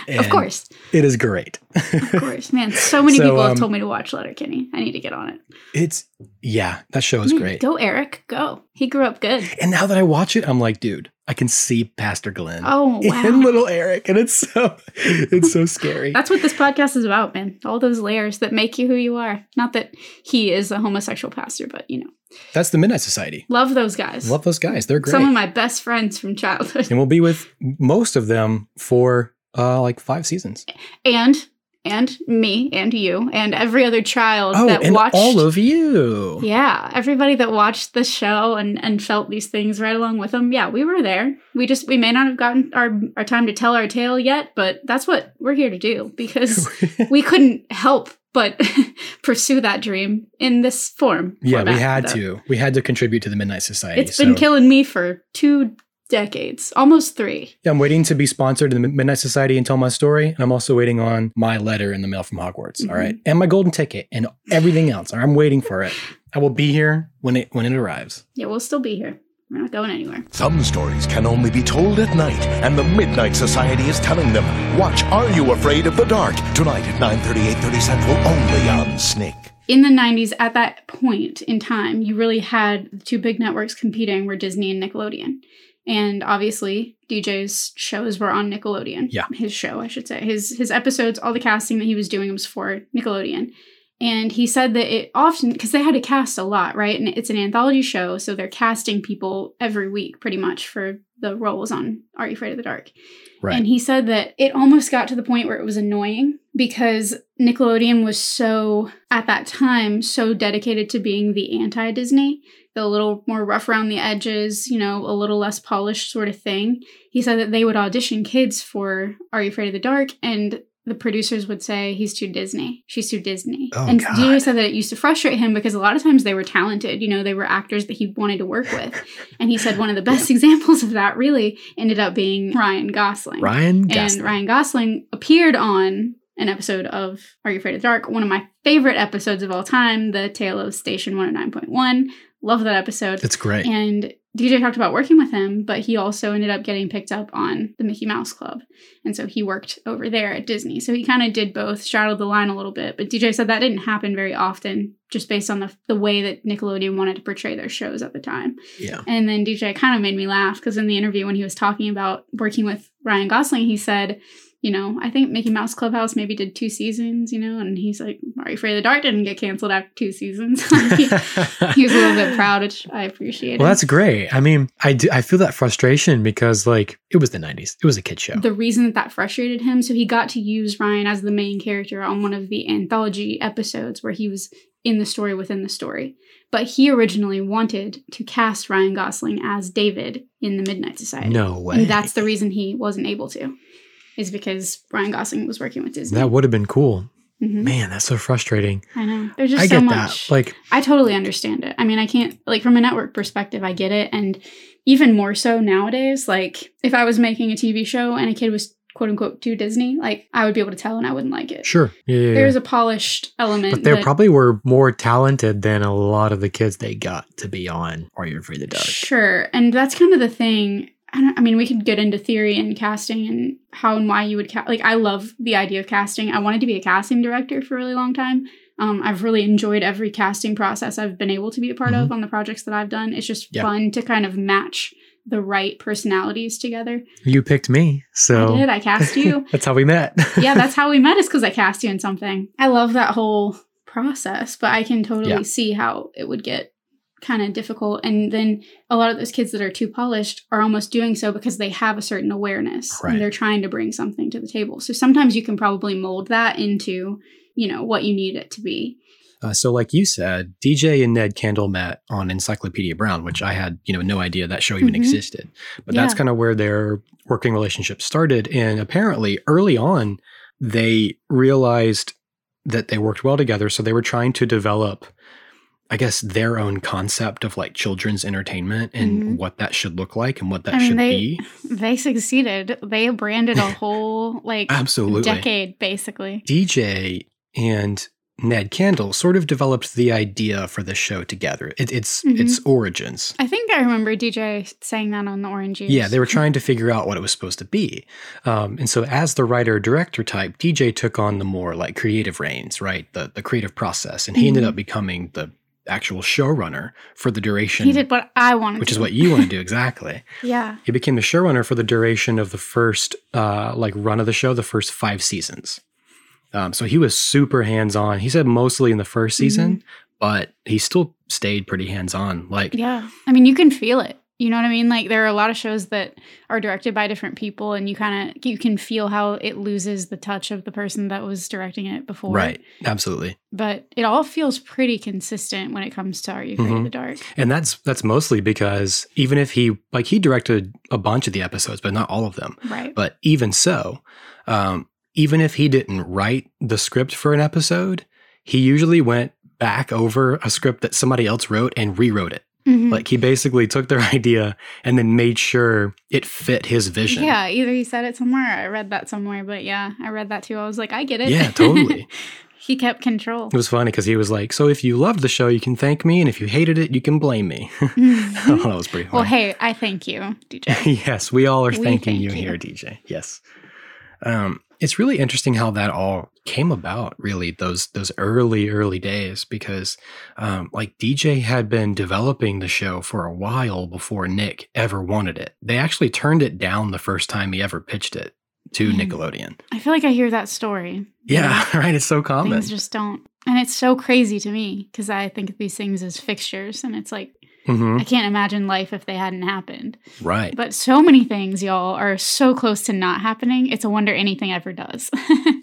S2: And
S3: course,
S2: It is great.
S3: of course, man. So many
S2: So,
S3: people have
S2: um,
S3: told me to watch Letterkenny. I need to get on it.
S2: It's, yeah, that show is
S3: Man,
S2: great.
S3: Go, Eric. Go. He grew up good.
S2: And now that I watch it, I'm like, dude, I can see Pastor Glenn
S3: Oh
S2: and
S3: wow.
S2: little Eric. And it's so, it's so scary.
S3: That's what this podcast is about, man. All those layers that make you who you are. Not that he is a homosexual pastor, but you know,
S2: That's the Midnight Society.
S3: love those guys.
S2: Love those guys. They're great.
S3: Some of my best friends from childhood.
S2: and we'll be with most of them for uh, like five seasons.
S3: and and me and you and every other child
S2: Oh,
S3: that
S2: and
S3: watched
S2: all of you.
S3: yeah everybody that watched the show and and felt these things right along with them yeah we were there we just we may not have gotten our our time to tell our tale yet but that's what we're here to do because we couldn't help but pursue that dream in this form
S2: Yeah, we
S3: format,
S2: had
S3: though.
S2: to. We had to contribute to the Midnight Society.
S3: It's been
S2: so-
S3: killing me for two decades almost three
S2: Yeah, I'm waiting to be sponsored in the Midnight Society and tell my story. And I'm also waiting on my letter in the mail from Hogwarts. all
S3: Mm-hmm.
S2: right. And my golden ticket and everything else. I'm waiting for it. I will be here when it when it arrives.
S3: yeah we'll still be here we're not going anywhere
S1: Some stories can only be told at night, and the Midnight Society is telling them. Watch Are You Afraid of the Dark tonight at 9:30, 8:30 Central, only on Snick.
S3: in the 90s at that point in time you really had the two big networks competing were disney and nickelodeon and obviously dj's shows were on nickelodeon
S2: Yeah.
S3: his show i should say his his episodes all the casting that he was doing was for nickelodeon and he said that it often because they had to cast a lot right and it's an anthology show so they're casting people every week pretty much for the roles on are you afraid of the dark
S2: Right.
S3: and he said that it almost got to the point where it was annoying because Nickelodeon was so, at that time, so dedicated to being the anti Disney, the little more rough around the edges, you know, a little less polished sort of thing. He said that they would audition kids for Are You Afraid of the Dark? And the producers would say, He's too Disney. She's too Disney.
S2: Oh,
S3: and
S2: God.
S3: DJ said that it used to frustrate him because a lot of times they were talented. You know, they were actors that he wanted to work with. and he said one of the best examples of that really ended up being Ryan Gosling.
S2: Ryan
S3: And
S2: Gosling.
S3: Ryan Gosling appeared on an episode of Are You Afraid of the Dark? One of my favorite episodes of all time, The Tale of Station 109.1. Love that episode.
S2: It's great.
S3: And DJ talked about working with him, but he also ended up getting picked up on the Mickey Mouse Club. And so he worked over there at Disney. So he kind of did both, straddled the line a little bit. But DJ said that didn't happen very often, just based on the, the way that Nickelodeon wanted to portray their shows at the time.
S2: yeah.
S3: And then DJ kind of made me laugh because in the interview when he was talking about working with Ryan Gosling, he said, you know, I think Mickey Mouse Clubhouse maybe did two seasons, you know, and he's like, Are you afraid the dark didn't get canceled after two seasons? he, he was a little bit proud, which I appreciate.
S2: Well, that's great. I mean, I do, I feel that frustration because like it was the 90s. It was a kid show.
S3: the reason that that frustrated him. So he got to use Ryan as the main character on one of the anthology episodes where he was in the story within the story. But he originally wanted to cast Ryan Gosling as David in the Midnight Society.
S2: No way.
S3: And that's the reason he wasn't able to, is because Ryan Gosling was working with Disney.
S2: That would have been cool.
S3: Mhm.
S2: Man, that's so frustrating.
S3: I know. There's just
S2: I
S3: so
S2: get
S3: much.
S2: that. Like,
S3: I totally understand it. I mean, I can't like from a network perspective, I get it, and even more so nowadays. Like, if I was making a TV show and a kid was quote unquote too Disney, like I would be able to tell and I wouldn't like it.
S2: sure. Yeah. yeah, yeah.
S3: There's a polished element,
S2: but there
S3: that-
S2: probably were more talented than a lot of the kids they got to be on Are You Afraid of the Dark.
S3: Sure. And that's kind of the thing. I, don't, I mean, we could get into theory and casting and how and why you would cast. Like, I love the idea of casting. I wanted to be a casting director for a really long time. Um, I've really enjoyed every casting process I've been able to be a part of on the projects that I've done. It's just
S2: Mm-hmm. Yeah.
S3: fun to kind of match the right personalities together.
S2: You picked me, so
S3: I did. I cast you.
S2: that's how we met.
S3: yeah, that's how we met is because I cast you in something. I love that whole process, but I can totally
S2: Yeah.
S3: see how it would get kind of difficult. And then a lot of those kids that are too polished are almost doing so because they have a certain awareness
S2: Right.
S3: and they're trying to bring something to the table. So sometimes you can probably mold that into, you know, what you need it to be.
S2: Uh, so, like you said, DJ and Ned Candle met on Encyclopedia Brown, which I had, you know, no idea that show even
S3: Mhm.
S2: existed. But that's
S3: Yeah.
S2: kind of where their working relationship started. And apparently, early on, they realized that they worked well together. So they were trying to develop, I guess, their own concept of like children's entertainment and
S3: Mhm.
S2: what that should look like and what that
S3: I mean,
S2: should
S3: they-
S2: be.
S3: They succeeded. They branded a whole like
S2: Absolutely.
S3: decade basically.
S2: DJ and Ned Candle sort of developed the idea for the show together. It, it's
S3: Mhm.
S2: its origins.
S3: I think I remember DJ saying that on the Orange Juice.
S2: Yeah, they were trying to figure out what it was supposed to be. Um, and so, as the writer director type, DJ took on the more like creative reins, right? The the creative process, and he ended
S3: Mhm.
S2: up becoming the actual showrunner for the duration.
S3: He did what I wanted.
S2: which
S3: to
S2: is
S3: do.
S2: what you want to do exactly.
S3: Yeah.
S2: He became the showrunner for the duration of the first uh, like run of the show, the first five seasons. Um, so he was super hands on. He said mostly in the first season,
S3: Mm-hmm.
S2: but he still stayed pretty hands on. Like
S3: Yeah. I mean, you can feel it. You know what I mean? Like there are a lot of shows that are directed by different people and you kind of you can feel how it loses the touch of the person that was directing it before.
S2: right, absolutely.
S3: But it all feels pretty consistent when it comes to Are You Afraid of
S2: Mhm.
S3: the Dark?
S2: And that's that's mostly because even if he like he directed a bunch of the episodes, but not all of them.
S3: Right.
S2: But even so, um, even if he didn't write the script for an episode, he usually went back over a script that somebody else wrote and rewrote it.
S3: Mhm.
S2: Like he basically took their idea and then made sure it fit his vision.
S3: yeah, either he said it somewhere or I read that somewhere, but yeah, I read that too. I was like, I get it.
S2: Yeah, totally.
S3: he kept control.
S2: It was funny because he was like, "So if you loved the show, you can thank me, and if you hated it, you can blame me."
S3: Mhm.
S2: that was pretty.
S3: well,
S2: funny.
S3: hey, I thank you, DJ.
S2: yes, we all are
S3: We
S2: thanking
S3: thank
S2: you,
S3: you.
S2: here, DJ. Yes. Um, it's really interesting how that all came about, really, those those early, early days, because um, like DJ had been developing the show for a while before Nick ever wanted it. They actually turned it down the first time he ever pitched it to
S3: Mhm.
S2: Nickelodeon.
S3: I feel like I hear that story.
S2: Yeah, right. It's so common.
S3: things just don't and it's so crazy to me because i think of these things as fixtures and it's like
S2: Mhm.
S3: i can't imagine life if they hadn't happened
S2: Right.
S3: but so many things y'all are so close to not happening it's a wonder anything ever does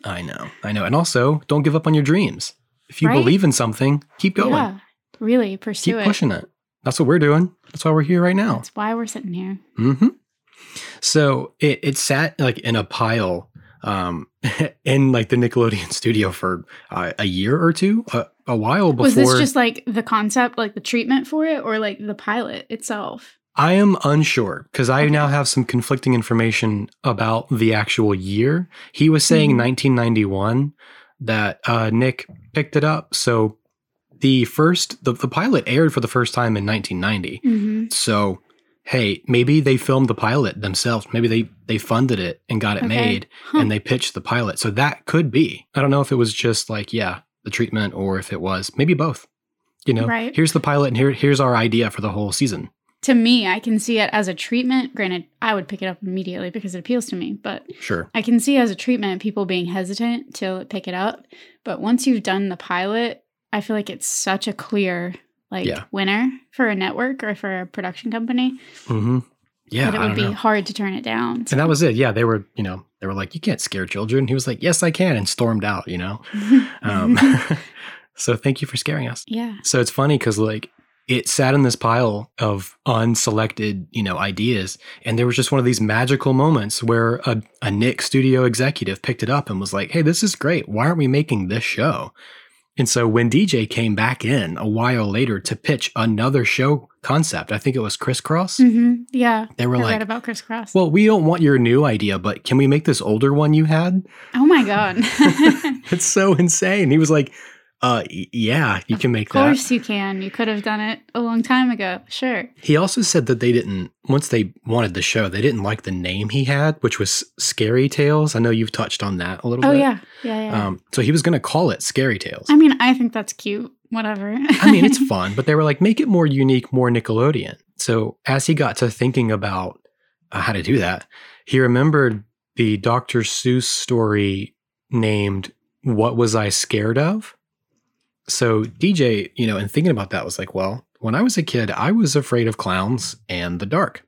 S2: I know. I know. And also, don't give up on your dreams. If you
S3: Right?
S2: believe in something, keep going.
S3: yeah really pursue
S2: keep
S3: it
S2: pushing it. That's what we're doing. That's why we're here right now.
S3: that's why we're sitting here
S2: hmm So it, it sat like in a pile um, in like the Nickelodeon studio for uh, a year or two, a, a while before.
S3: was this just like the concept like the treatment for it or like the pilot itself
S2: I am unsure because I now have some conflicting information about the actual year. He was saying
S3: Mhm.
S2: 1991 that uh, Nick picked it up. So the first, the, the pilot aired for the first time in 1990.
S3: mm-hmm.
S2: So, hey, maybe they filmed the pilot themselves. Maybe they they funded it and got it
S3: Okay.
S2: made
S3: Huh.
S2: and they pitched the pilot. So that could be. I don't know if it was just like, yeah, the treatment or if it was maybe both. You know,
S3: Right.
S2: here's the pilot and here here's our idea for the whole season.
S3: to me i can see it as a treatment granted i would pick it up immediately because it appeals to me but
S2: Sure.
S3: I can see as a treatment people being hesitant to pick it up, but once you've done the pilot, I feel like it's such a clear like
S2: Yeah.
S3: winner for a network or for a production company
S2: Mhm. Yeah,
S3: that it
S2: I
S3: would
S2: don't
S3: be
S2: know.
S3: hard to turn it down.
S2: And that was it. Yeah, they were, you know, they were like, you can't scare children. He was like, yes, I can, and stormed out, you know. Um,
S4: So thank you for scaring us.
S3: Yeah.
S2: So it's funny because like it sat in this pile of unselected, you know, ideas, and there was just one of these magical moments where a, a Nick studio executive picked it up and was like, "Hey, this is great. Why aren't we making this show?" And so when DJ came back in a while later to pitch another show concept, I think it was Crisscross,
S3: Mm-hmm. Yeah.
S2: they were
S3: I
S2: like,
S3: read about crisscross.
S2: "Well, we don't want your new idea, but can we make this older one you had?"
S3: oh my god. of
S2: It's so insane. He was like, "Uh, y- yeah, you can make that."
S3: course you can. You could have done it a long time ago. Sure.
S2: He also said that they didn't, once they wanted the show, they didn't like the name he had, which was Scary Tales. I know you've touched on that a little
S3: Oh
S2: bit.
S3: yeah. Yeah. yeah.
S2: Um, so he was going to call it Scary Tales.
S3: I mean, I think that's cute. Whatever.
S2: I mean, it's fun, but they were like, make it more unique, more Nickelodeon. So as he got to thinking about uh, how to do that, he remembered the Dr. Seuss story named What Was I Scared Of? So DJ, you know, and thinking about that was like, well, when I was a kid, I was afraid of clowns and the dark.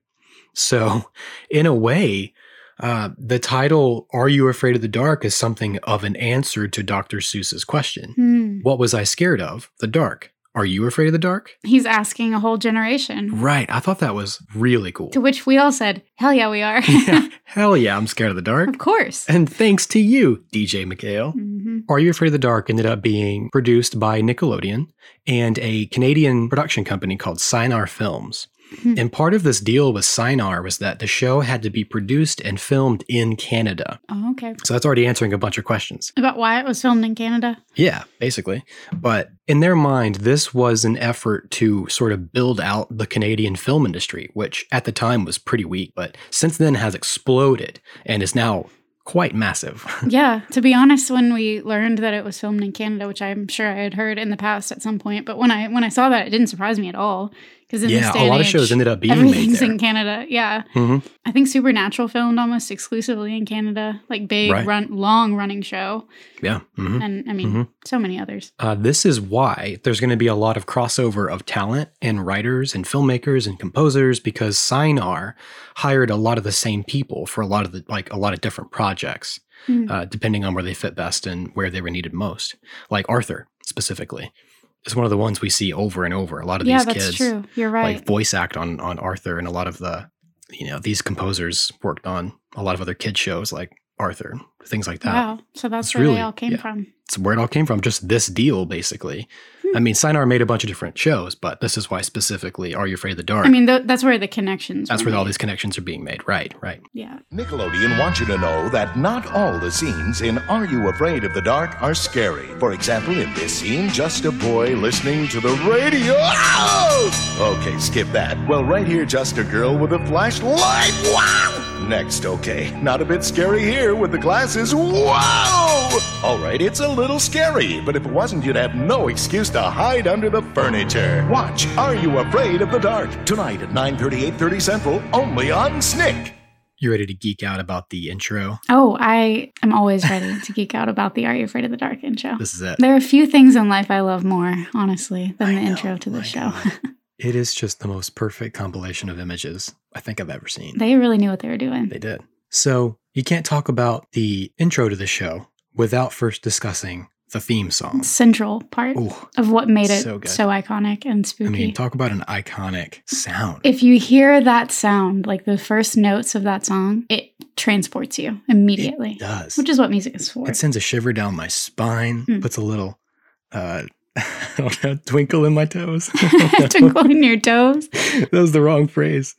S2: So in a way, uh, the title, Are You Afraid of the Dark, is something of an answer to Dr. Seuss's question.
S3: Hmm.
S2: What was I scared of? The dark. Are you afraid of the dark?
S3: He's asking a whole generation.
S2: Right. I thought that was really cool.
S3: To which we all said, "Hell yeah, we are."
S2: Yeah. Hell yeah, I'm scared of the dark.
S3: of course.
S2: And thanks to you, DJ McHale.
S3: hmm
S2: Are You Afraid of the Dark ended up being produced by Nickelodeon and a Canadian production company called Sinar Films.
S3: Hmm.
S2: And part of this deal with Sinar was that the show had to be produced and filmed in Canada.
S3: Oh, okay.
S2: So that's already answering a bunch of questions.
S3: About why it was filmed in Canada.
S2: Yeah, basically. But in their mind, this was an effort to sort of build out the Canadian film industry, which at the time was pretty weak, but since then has exploded and is now quite massive.
S3: Yeah, to be honest, when we learned that it was filmed in Canada, which I'm sure I had heard in the past at some point, but when I when I saw that, it didn't surprise me at all because in
S2: yeah,
S3: this day
S2: a lot
S3: and
S2: of
S3: age,
S2: shows ended up being made
S3: everything's
S2: there.
S3: in Canada. Yeah,
S2: Mhm.
S3: I think Supernatural filmed almost exclusively in Canada, like big
S2: Right.
S3: run long running show,
S2: Yeah. mhm.
S3: and I mean
S2: Mhm.
S3: so many others.
S2: Uh, this is why there's going to be a lot of crossover of talent and writers and filmmakers and composers because Sinar hired a lot of the same people for a lot of the like a lot of different projects,
S3: Hmm.
S2: uh, depending on where they fit best and where they were needed most. Like Arthur specifically is one of the ones we see over and over. A lot of
S3: Yeah,
S2: these
S3: that's
S2: kids
S3: true. You're right.
S2: like voice act on on Arthur, and a lot of the you know these composers worked on a lot of other kid shows like Arthur, things like that
S3: wow, so that's
S2: it's
S3: where
S2: really-
S3: they all came
S2: yeah.
S3: from.
S2: it's where it all came from, just this deal, basically.
S3: Hmm.
S2: I mean, Sinar made a bunch of different shows, but this is why specifically Are You Afraid of the Dark?
S3: I mean, th- that's where the connections.
S2: that's
S3: were
S2: where all
S3: made.
S2: these connections are being made. Right, right.
S3: Yeah.
S1: Nickelodeon wants you to know that not all the scenes in Are You Afraid of the Dark are scary. For example, in this scene, just a boy listening to the radio. Ow! Okay, skip that. Well, right here, just a girl with a flashlight. Wow! Next, okay. Not a bit scary here with the glasses. Wow! All right, it's a little scary, but if it wasn't, you'd have no excuse to hide under the furniture. Watch Are You Afraid of the Dark? Tonight at 9:30, 8:30 Central, only on Snick.
S2: You ready to geek out about the intro?
S3: Oh, I am always ready to geek out about the Are You Afraid of the Dark intro.
S2: This is it.
S3: There are few things in life I love more, honestly, than the intro to the show.
S2: It is just the most perfect compilation of images I think I've ever seen.
S3: they really knew what they were doing.
S2: They did. So you can't talk about the intro to the show without first discussing the theme song.
S3: Central part
S2: Ooh,
S3: of what made it
S2: So
S3: so,
S2: good.
S3: iconic and
S2: I
S3: spooky.
S2: mean, talk about an iconic sound.
S3: if you hear that sound, like the first notes of that song, it transports you immediately,
S2: It does.
S3: which is what music is for.
S2: It sends a shiver down my spine,
S3: Mm.
S2: puts a little uh I don't know, twinkle in my toes.
S3: Twinkle in your toes.
S2: that was the wrong phrase.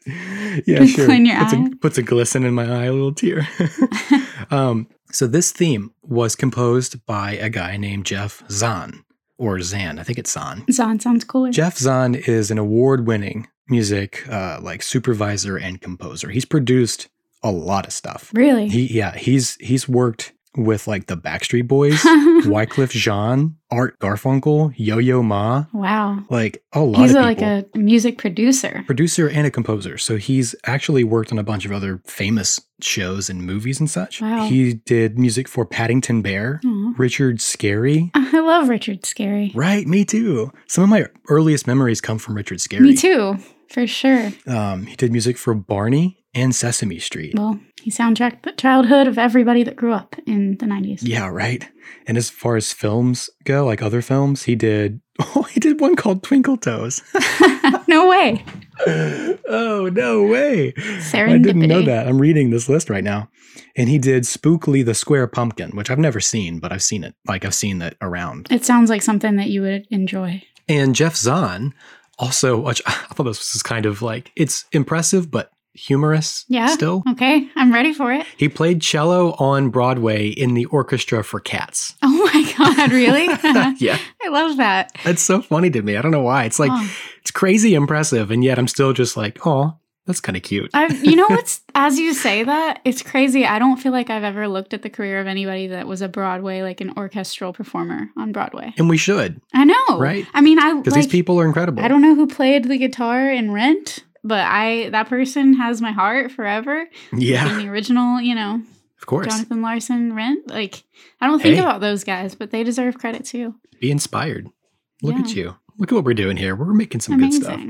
S2: Yeah,
S3: Twinkle
S2: sure.
S3: in your
S2: puts,
S3: eye.
S2: A, puts a glisten in my eye, a little tear. um, so this theme was composed by a guy named Jeff Zahn or Zan. I think it's Zahn.
S3: Zahn sounds cooler.
S2: Jeff Zahn is an award-winning music uh, like supervisor and composer. He's produced a lot of stuff.
S3: really?
S2: He yeah, he's he's worked with like the Backstreet Boys, Wycliffe Jean, Art Garfunkel, Yo Yo Ma,
S3: wow.
S2: like a lot
S3: He's
S2: of
S3: a,
S2: people.
S3: like a music producer.
S2: producer and a composer. So he's actually worked on a bunch of other famous shows and movies and such.
S3: Wow.
S2: He did music for Paddington Bear,
S3: Aw.
S2: Richard Scarey.
S3: I love Richard Scary.
S2: Right, me too. Some of my earliest memories come from Richard Scarey.
S3: Me too, for sure.
S2: Um, he did music for Barney and Sesame Street.
S3: Well, he soundtracked the childhood of everybody that grew up in the 90s.
S2: Yeah, right. And as far as films go, like other films, he did. Oh, he did one called Twinkle Toes.
S3: no way.
S2: oh no way!
S3: Serendipity.
S2: I didn't know that. I'm reading this list right now, and he did Spookly the Square Pumpkin, which I've never seen, but I've seen it. Like I've seen it around.
S3: It sounds like something that you would enjoy.
S2: And Jeff Zahn also, which I thought this was kind of like it's impressive but humorous.
S3: Yeah.
S2: Still,
S3: Okay, I'm ready for it.
S2: he played cello on Broadway in the Orchestra for Cats.
S3: Oh my God, really?
S2: Yeah.
S3: I love that.
S2: That's so funny to me. I don't know why. It's like
S3: Oh.
S2: it's crazy impressive, and yet I'm still just like, oh, that's kind of cute.
S3: I, you know what's as you say that it's crazy. I don't feel like I've ever looked at the career of anybody that was a Broadway, like an orchestral performer on Broadway.
S2: and we should,
S3: I know,
S2: Right.
S3: I mean, I
S2: because
S3: like,
S2: these people are incredible.
S3: I don't know who played the guitar in Rent, but I that person has my heart forever.
S2: Yeah,
S3: In the original, you know,
S2: of course.
S3: Jonathan Larson Rent. Like, I don't think
S2: Hey.
S3: about those guys, but they deserve credit too.
S2: Be inspired. Look at
S3: Yeah.
S2: you. Look at what we're doing here. We're making some
S3: Amazing.
S2: good stuff.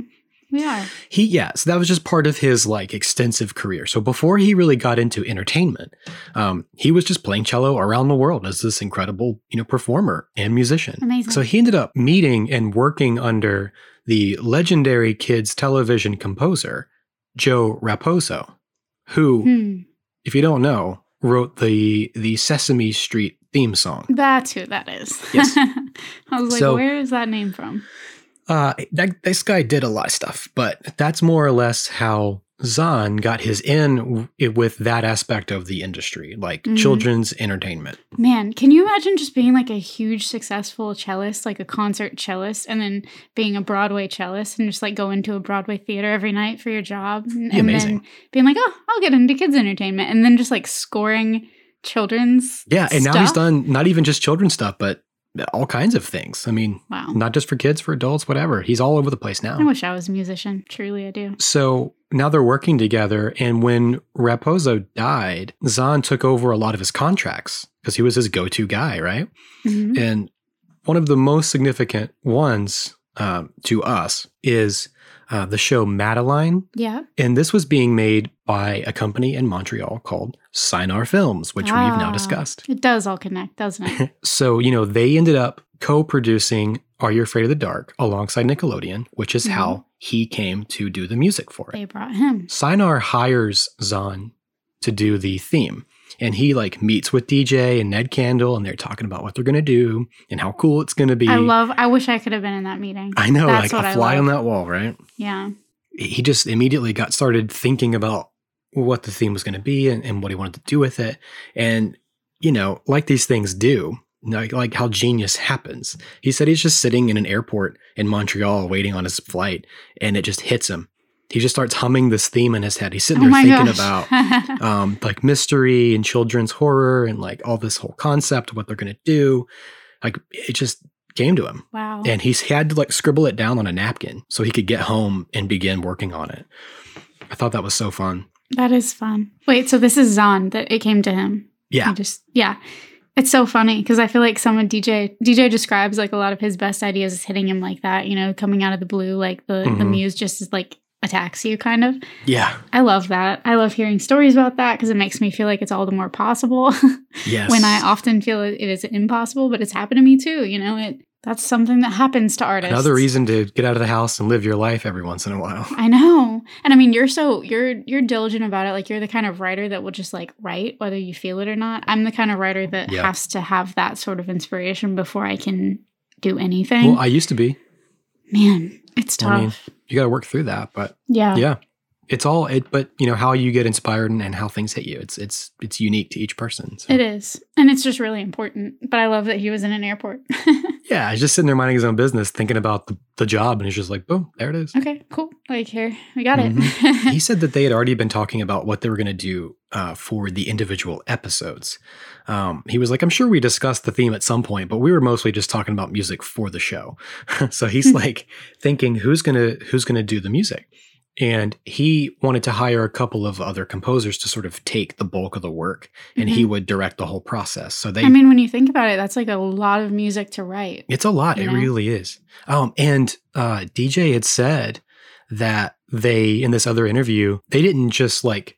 S3: We are.
S2: He yeah, so that was just part of his like extensive career. So before he really got into entertainment, um, he was just playing cello around the world as this incredible, you know, performer and musician.
S3: Amazing.
S2: So he ended up meeting and working under the legendary kids television composer, Joe Raposo, who,
S3: Hmm.
S2: if you don't know, wrote the the Sesame Street theme song.
S3: That's who that is.
S2: Yes.
S3: I was like,
S2: So-
S3: where is that name from?
S2: Uh, that, this guy did a lot of stuff, but that's more or less how Zahn got his in w- with that aspect of the industry, like
S3: Mhm.
S2: children's entertainment.
S3: Man, can you imagine just being like a huge successful cellist, like a concert cellist, and then being a Broadway cellist and just like going to a Broadway theater every night for your job? And, and
S2: amazing.
S3: then being like, oh, I'll get into kids' entertainment. And then just like scoring children's.
S2: Yeah, and now he's
S3: stuff?
S2: done not even just children's stuff, but all kinds of things. I mean,
S3: Wow.
S2: not just for kids, for adults, whatever. He's all over the place now.
S3: I wish I was a musician. Truly, I do.
S2: So now they're working together. And when Raposo died, Zahn took over a lot of his contracts because he was his go to guy, right?
S3: Mhm.
S2: And one of the most significant ones um, to us is uh, the show Madeline.
S3: Yeah.
S2: And this was being made by a company in Montreal called Sinar Films, which we've now
S3: Ah.
S2: discussed.
S3: It does all connect, doesn't it?
S2: So, you know, they ended up co producing Are You Afraid of the Dark alongside Nickelodeon, which is how he came to do the music for it.
S3: Mm-hmm. they brought him.
S2: Sinar hires Zahn to do the theme. And he like meets with DJ and Ned Candle and they're talking about what they're gonna do and how cool it's gonna be.
S3: I love, I wish I could have been in that meeting.
S2: I know,
S3: That's
S2: like
S3: what
S2: a
S3: I
S2: fly
S3: love.
S2: on that wall, right?
S3: Yeah.
S2: He just immediately got started thinking about what the theme was gonna be and, and what he wanted to do with it. And, you know, like these things do, like, like how genius happens. He said he's just sitting in an airport in Montreal waiting on his flight and it just hits him. He just starts humming this theme in his head. He's sitting
S3: oh
S2: there
S3: my
S2: thinking
S3: gosh.
S2: about um, like mystery and children's horror and like all this whole concept of what they're going to do. Like it just came to him.
S3: wow.
S2: And he's had to like scribble it down on a napkin so he could get home and begin working on it. I thought that was so fun.
S3: That is fun. Wait, so this is Zahn that it came to him.
S2: Yeah.
S3: He just yeah. It's so funny because I feel like someone DJ DJ describes like a lot of his best ideas is hitting him like that, you know, coming out of the blue, like the the
S2: Mhm.
S3: muse just is like attacks you kind of.
S2: Yeah.
S3: I love that. I love hearing stories about that because it makes me feel like it's all the more possible
S2: Yes.
S3: when I often feel it, it is impossible, but it's happened to me too, you know. It that's something that happens to artists.
S2: Another reason to get out of the house and live your life every once in a while.
S3: I know. And I mean you're so you're you're diligent about it. Like you're the kind of writer that will just like write whether you feel it or not. I'm the kind of writer that
S2: Yeah.
S3: has to have that sort of inspiration before I can do anything.
S2: Well, I used to be.
S3: Man, it's tough.
S2: I mean, you got to work through that, but
S3: yeah.
S2: yeah. It's all it but you know how you get inspired and, and how things hit you. It's it's it's unique to each person. So.
S3: It is. And it's just really important. But I love that he was in an airport.
S2: Yeah, he's just sitting there minding his own business, thinking about the, the job, and he's just like, boom, there it is.
S3: okay, cool. Like here, we got
S2: he
S3: it.
S2: said that they had already been talking about what they were going to do uh, for the individual episodes. Um, he was like, I'm sure we discussed the theme at some point, but we were mostly just talking about music for the show. so he's like thinking, who's gonna who's gonna do the music? And he wanted to hire a couple of other composers to sort of take the bulk of the work, and he would direct the whole process. So they
S3: I mean, when you think about it, that's like a lot of music to write.
S2: It's a lot.
S3: you
S2: It
S3: know?
S2: really is. Um, and uh, DJ had said that they, in this other interview, they didn't just like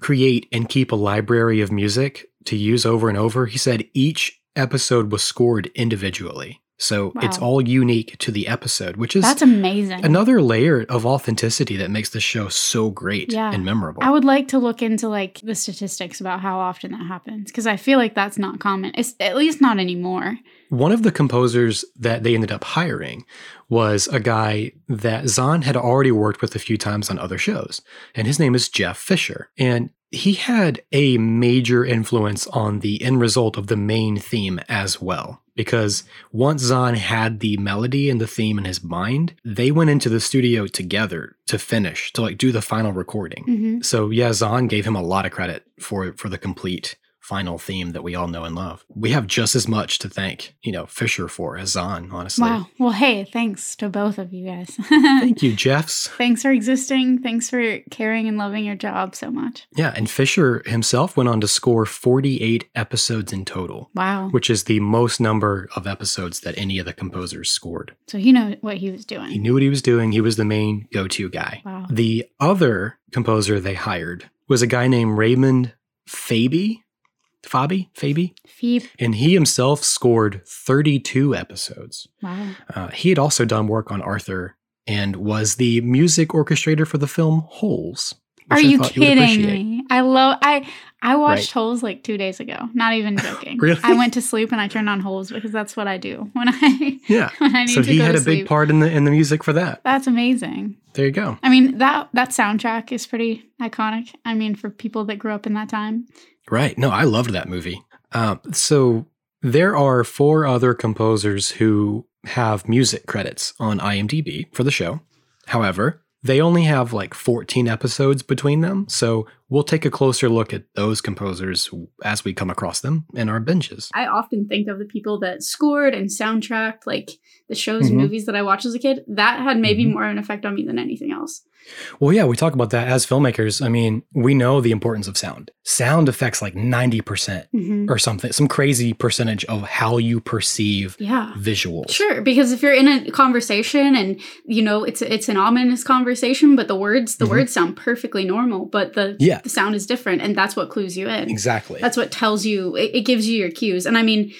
S2: create and keep a library of music to use over and over. He said each episode was scored individually. So it's
S3: Wow.
S2: all unique to the episode, which is
S3: That's amazing.
S2: another layer of authenticity that makes the show so great
S3: Yeah.
S2: and memorable.
S3: I would like to look into like the statistics about how often that happens because I feel like that's not common. It's at least not anymore.
S2: One of the composers that they ended up hiring was a guy that Zahn had already worked with a few times on other shows, and his name is Jeff Fisher. And he had a major influence on the end result of the main theme as well. Because once Zahn had the melody and the theme in his mind, they went into the studio together to finish, to like do the final recording.
S3: Mhm.
S2: So yeah, Zahn gave him a lot of credit for for the complete final theme that we all know and love. We have just as much to thank, you know, Fisher for as Zahn, honestly.
S3: Wow. Well, hey, thanks to both of you guys.
S2: Thank you, Jeffs.
S3: thanks for existing. Thanks for caring and loving your job so much.
S2: Yeah, and Fisher himself went on to score 48 episodes in total,
S3: Wow.
S2: which is the most number of episodes that any of the composers scored.
S3: So he knew what he was doing.
S2: He knew what he was doing. He was the main go to guy.
S3: Wow.
S2: The other composer they hired was a guy named Raymond Fabi. Fabi? Fabi?
S3: Phoebe.
S2: And he himself scored 32 episodes.
S3: Wow.
S2: Uh, he had also done work on Arthur and was the music orchestrator for the film Holes.
S3: Are
S2: which I
S3: you
S2: thought would
S3: kidding
S2: appreciate.
S3: me? I love I I watched
S2: Right.
S3: Holes like 2 days ago. Not even joking.
S2: Really?
S3: I went to sleep and I turned on Holes because that's what I do when I
S2: Yeah.
S3: when I need
S2: So
S3: to
S2: he
S3: go
S2: had
S3: to
S2: a big
S3: sleep.
S2: part in the in the music for that.
S3: That's amazing.
S2: There you go.
S3: I mean that that soundtrack is pretty iconic. I mean for people that grew up in that time.
S2: Right. No, I loved that movie. Um, so there are four other composers who have music credits on IMDb for the show. However, they only have like 14 episodes between them. So we'll take a closer look at those composers as we come across them in our binges.
S3: I often think of the people that scored and soundtracked like the shows
S2: Mhm.
S3: and movies that I watched as a kid. That had maybe
S2: Mhm.
S3: more of an effect on me than anything else.
S2: Well, yeah, we talk about that as filmmakers. I mean, we know the importance of sound. Sound affects like 90%
S3: Mhm.
S2: or something, some crazy percentage of how you perceive
S3: Yeah.
S2: visuals.
S3: Sure, because if you're in a conversation and you know it's it's an ominous conversation, but the words the
S2: Mhm.
S3: words sound perfectly normal, but the
S2: Yeah.
S3: the sound is different, and that's what clues you in.
S2: Exactly.
S3: That's what tells you it, it gives you your cues. And I mean,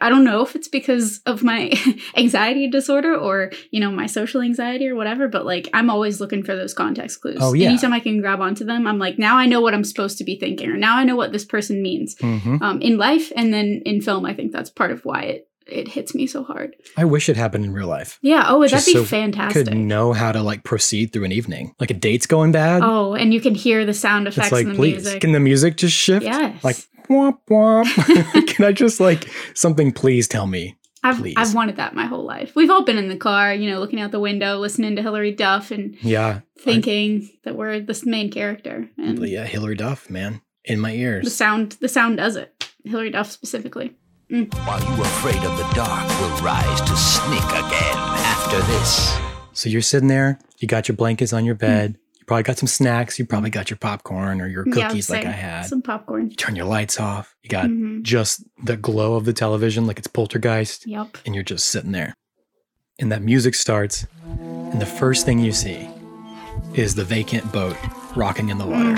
S3: I don't know if it's because of my anxiety disorder or you know my social anxiety or whatever, but like I'm always looking for those context clues.
S2: Oh, yeah.
S3: Anytime I can grab onto them, I'm like now I know what I'm supposed to be thinking, or now I know what this person means
S2: Mhm.
S3: um, in life, and then in film. I think that's part of why it it hits me so hard.
S2: I wish it happened in real life.
S3: Yeah. Oh, that'd
S2: Just
S3: be
S2: so we
S3: fantastic.
S2: Could know how to like proceed through an evening. Like a date's going bad.
S3: oh, and you can hear the sound
S2: it's
S3: effects
S2: like,
S3: and the
S2: please,
S3: music.
S2: can the music just shift?
S3: Yes.
S2: Like, womp womp. can I just like something? Please tell me.
S3: I've
S2: please.
S3: I've wanted that my whole life. We've all been in the car, you know, looking out the window, listening to Hillary Duff, and
S2: Yeah,
S3: thinking that we're the main character. And
S2: yeah. Hillary Duff, man, in my
S3: the
S2: ears.
S3: sound the sound does it. Hillary Duff specifically.
S10: Are you afraid of the dark? Will rise to sneak again after this.
S2: So you're sitting there. You got your blankets
S3: Hmm.
S2: on your bed. You probably got some snacks. You probably got your popcorn or your
S3: Yeah, I would
S2: cookies, like
S3: say.
S2: I had.
S3: some popcorn.
S2: you turn your lights off. You got
S3: Mhm.
S2: just the glow of the television, like it's poltergeist.
S3: Yep.
S2: and you're just sitting there. And that music starts, and the first thing you see is the vacant boat rocking in the water.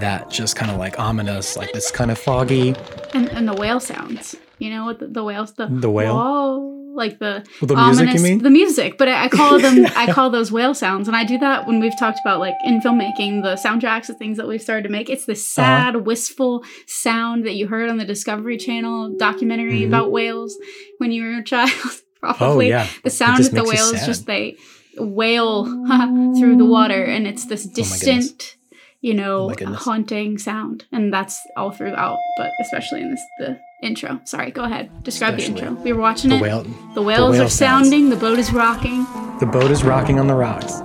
S2: That just kind of like ominous, like it's kind of foggy.
S3: And and the whale sounds. You know what the, the whale the
S2: The whale?
S3: whoa, like the
S2: Well, the music, you mean?
S3: the music. But I, I call them I call those whale sounds, and I do that when we've talked about like in filmmaking the soundtracks of things that we've started to make. It's the
S2: Uh-huh.
S3: sad, wistful sound that you heard on the Discovery Channel documentary
S2: Mhm.
S3: about whales when you were a child.
S2: Oh,
S3: Probably
S2: yeah.
S3: the sound
S2: just
S3: that the
S2: makes you
S3: whales
S2: sad.
S3: just they wail through the water, and it's this
S2: Oh goodness. Oh
S3: distant. you know,
S2: my goodness.
S3: haunting sound, and that's all throughout, but especially in this the intro. Sorry, go ahead. Describe the
S2: Especially
S3: intro. We were watching
S2: The
S3: it.
S2: whale.
S3: the whales
S2: whale
S3: are
S2: sounds.
S3: sounding. The boat is rocking.
S2: The boat is rocking on the rocks.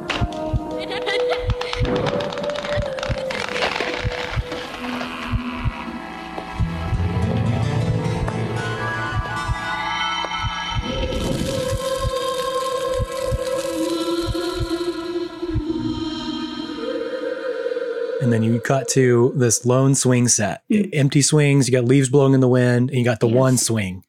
S2: And then you cut to this lone swing set. Empty swings, you got leaves blowing in the wind, and you got the
S3: Yes.
S2: one swing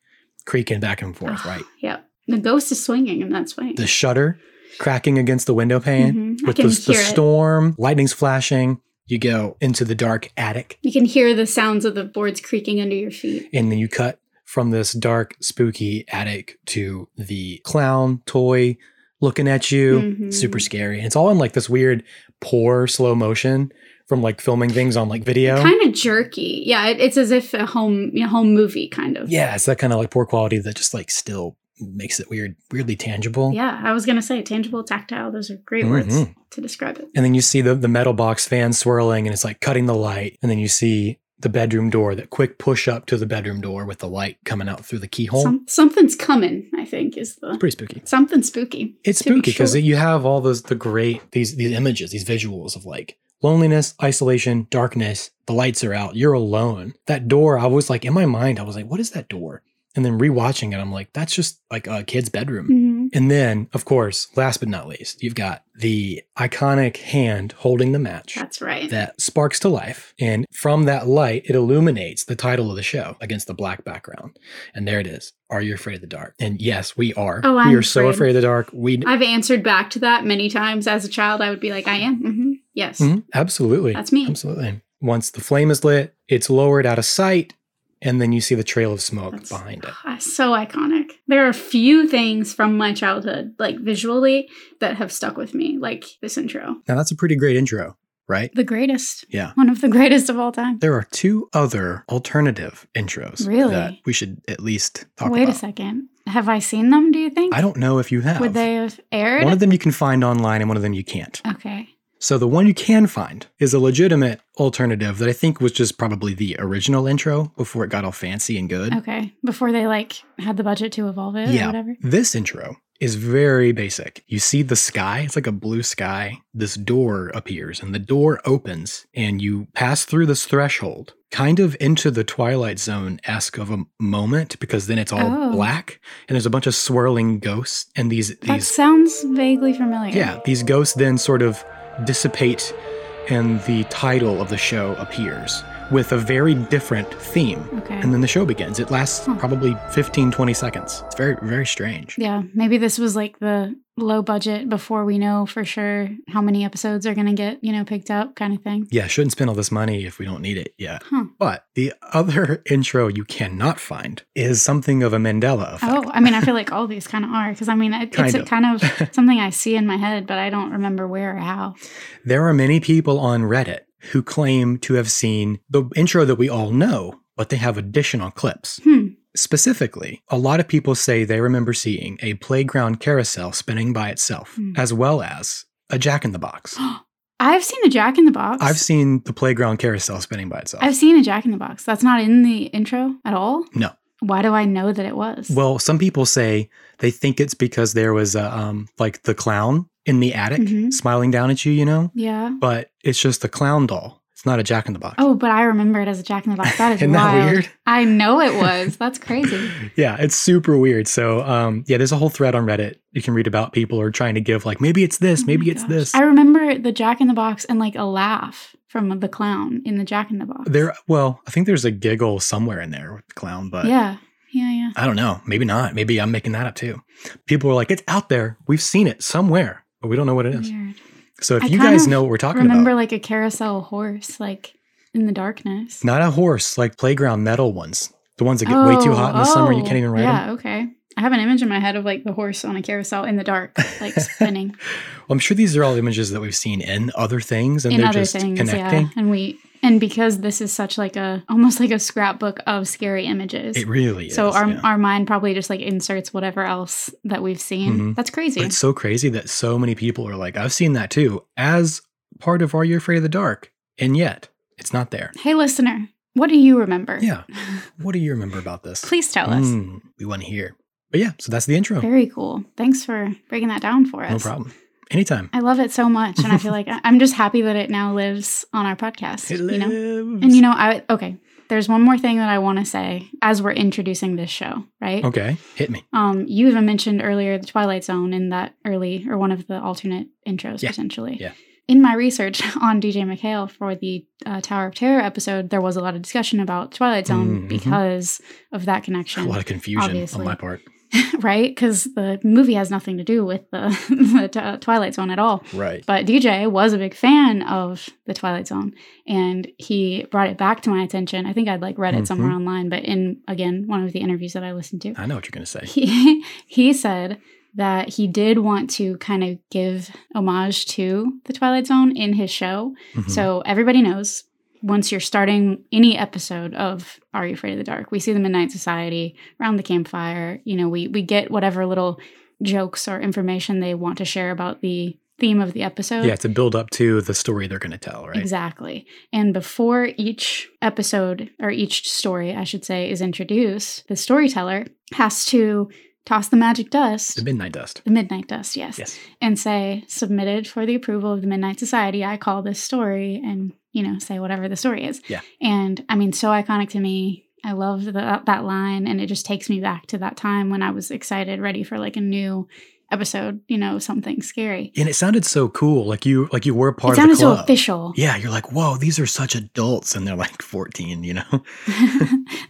S2: creaking back and forth, right?
S3: Yep. The ghost is swinging, and that's swing.
S2: The shutter cracking against the window pane
S3: Mhm. I
S2: with the,
S3: can
S2: the
S3: hear it.
S2: storm, lightning's flashing. You go into the dark attic,
S3: You can hear the sounds of the boards creaking under your feet.
S2: and then you cut from this dark, spooky attic to the clown toy looking at you.
S3: Mhm.
S2: Super scary. And it's all in like this weird, poor slow motion from like filming things on like video.
S3: Kind of jerky. Yeah, it, it's as if a home you know, home movie kind of.
S2: yeah, it's that kind of like poor quality that just like still makes it weird, weirdly tangible.
S3: Yeah, I was gonna say tangible, tactile. Those are great words
S2: Mhm.
S3: to describe it.
S2: And then you see the, the metal box fan swirling and it's like cutting the light. And then you see the bedroom door, that quick push up to the bedroom door with the light coming out through the keyhole.
S3: Some, something's coming. I think is the
S2: Pretty spooky.
S3: something spooky.
S2: It's
S3: to be
S2: spooky because
S3: sure.
S2: you have all those the great these these images, these visuals of like loneliness, isolation, darkness, the lights are out, you're alone. That door, I was like in my mind, I was like, what is that door? And then rewatching it, I'm like, that's just like a kid's bedroom.
S3: Mhm.
S2: And then, of course, last but not least, you've got the iconic hand holding the match.
S3: That's right.
S2: that sparks to life. And from that light, it illuminates the title of the show against the black background. And there it is Are You Afraid of the Dark? And yes, we are.
S3: Oh,
S2: we
S3: I'm
S2: are so
S3: afraid.
S2: afraid of the dark. We
S3: I've answered back to that many times as a child. I would be like, I am. hmm Yes.
S2: Mhm, absolutely.
S3: That's me.
S2: Absolutely. Once the flame is lit, it's lowered out of sight. And then you see the trail of smoke
S3: That's-
S2: behind it.
S3: Ah, so iconic. There are few things from my childhood, like visually, that have stuck with me, like this intro.
S2: Now, that's a pretty great intro, right?
S3: The greatest.
S2: Yeah.
S3: One of the greatest of all time.
S2: There are two other alternative intros
S3: Really?
S2: that we should at least talk
S3: Wait
S2: about.
S3: a second. Have I seen them, do you think?
S2: I don't know if you have.
S3: Would they have aired?
S2: one of them you can find online and one of them you can't.
S3: okay.
S2: So the one you can find is a legitimate alternative that I think was just probably the original intro before it got all fancy and good.
S3: Okay. Before they like had the budget to evolve it or whatever.
S2: This intro is very basic. You see the sky, it's like a blue sky. This door appears and the door opens and you pass through this threshold kind of into the twilight zone esque of a moment because then it's all
S3: Oh.
S2: black and there's a bunch of swirling ghosts and these
S3: That
S2: these
S3: sounds vaguely familiar.
S2: Yeah, these ghosts then sort of dissipate, and the title of the show appears with a very different theme.
S3: Okay.
S2: And then the show begins. It lasts
S3: Huh.
S2: probably 15, 20 seconds. It's very, very strange.
S3: Yeah, maybe this was like the low budget before we know for sure how many episodes are going to get, you know, picked up kind of thing.
S2: Yeah, shouldn't spend all this money if we don't need it yet.
S3: Huh.
S2: But the other intro you cannot find is something of a Mandela effect.
S3: Oh, I mean, I feel like all these kind of are because I mean, it, it's
S2: Kind
S3: a
S2: of.
S3: kind of something I see in my head, but I don't remember where or how.
S2: There are many people on Reddit who claim to have seen the intro that we all know, but they have additional clips.
S3: Hmm.
S2: Specifically, a lot of people say they remember seeing a playground carousel spinning by itself,
S3: Hmm.
S2: as well as a jack in the box.
S3: I've seen a Jack in the Box.
S2: I've seen the playground carousel spinning by itself.
S3: I've seen a Jack in the Box. That's not in the intro at all.
S2: No.
S3: Why do I know that it was?
S2: well, some people say they think it's because there was a, um, like the clown in the attic
S3: Mhm.
S2: smiling down at you, you know?
S3: yeah.
S2: But it's just the clown doll. It's not a jack in the box.
S3: Oh, but I remember it as a Jack in the Box. That is
S2: Isn't that
S3: wild.
S2: weird?
S3: I know it was. That's crazy.
S2: yeah, it's super weird. So, um, yeah, there's a whole thread on Reddit you can read about people who are trying to give like maybe it's this,
S3: Oh
S2: maybe
S3: my
S2: it's
S3: gosh.
S2: this.
S3: I remember the Jack in the Box and like a laugh from the clown in the Jack in the Box.
S2: there, well, I think there's a giggle somewhere in there with the clown, but
S3: yeah, yeah, yeah.
S2: I don't know. Maybe not. Maybe I'm making that up too. People are like, it's out there. We've seen it somewhere, but we don't know what it is.
S3: Weird.
S2: So, if
S3: I
S2: you
S3: kind
S2: guys
S3: of
S2: know what we're talking
S3: remember
S2: about,
S3: like a carousel horse, like in the darkness.
S2: not a horse, like playground metal ones, the ones that get way too
S3: Oh,
S2: hot in the summer, you
S3: oh,
S2: can't even ride
S3: Yeah,
S2: them.
S3: okay. I have an image in my head of like the horse on a carousel in the dark, like spinning
S2: Well, I'm sure these are all images that we've seen in other things, and
S3: in
S2: they're
S3: other
S2: just
S3: things.
S2: connecting.
S3: Yeah, and we and because this is such like a almost like a scrapbook of scary images.
S2: It really is.
S3: so our
S2: yeah.
S3: our mind probably just like inserts whatever else that we've seen.
S2: Mhm.
S3: That's crazy.
S2: But it's so crazy that so many people are like, I've seen that too, as part of Are You Afraid of the Dark? And yet, it's not there.
S3: Hey, listener, what do you remember?
S2: Yeah. What do you remember about this?
S3: Please tell us.
S2: Mm, we want to hear. But yeah, so that's the intro.
S3: Very cool. Thanks for breaking that down for us.
S2: No problem. Anytime.
S3: I love it so much. And I feel like I- I'm just happy that it now lives on our podcast.
S2: It
S3: you know?
S2: lives.
S3: And you know, I, okay, there's one more thing that I want to say as we're introducing this show, right?
S2: okay, hit me.
S3: Um, you even mentioned earlier the Twilight Zone in that early or one of the alternate intros,
S2: Yeah.
S3: potentially.
S2: Yeah.
S3: In my research on DJ McHale for the uh, Tower of Terror episode, there was a lot of discussion about Twilight Zone
S2: Mhm.
S3: because of that
S2: A
S3: connection.
S2: lot of confusion on
S3: Obviously.
S2: my part.
S3: right? Because the movie has nothing to do with the, the Twi- Twilight Zone at all.
S12: Right.
S3: But DJ was a big fan of the Twilight Zone, and he brought it back to my attention. I think I'd like read it somewhere online, but in again one of the interviews that I listened to,
S2: I know what you're going to say.
S3: he he said that he did want to kind of give homage to the Twilight Zone in his show.
S2: Mm-hmm.
S3: So everybody knows once you're starting any episode of Are You Afraid of the Dark, we see the Midnight Society around the campfire. You know, we we get whatever little jokes or information they want to share about the theme of the episode.
S2: Yeah, to build up to the story they're going to tell, right?
S3: Exactly. And before each episode or each story, I should say, is introduced, the storyteller has to toss the magic dust,
S2: The midnight dust.
S3: the midnight dust, yes,
S2: Yes.
S3: and say, submitted for the approval of the Midnight Society, I call this story, and, you know, say whatever the story is.
S2: Yeah.
S3: And I mean, so iconic to me. I love the, that line, and it just takes me back to that time when I was excited, ready for like a new episode, you know, something scary.
S2: And it sounded so cool, like you like you were part
S3: it
S2: of the
S3: sounded so
S2: club.
S3: official.
S2: Yeah, you're like, whoa, these are such adults, and they're like 14. You know,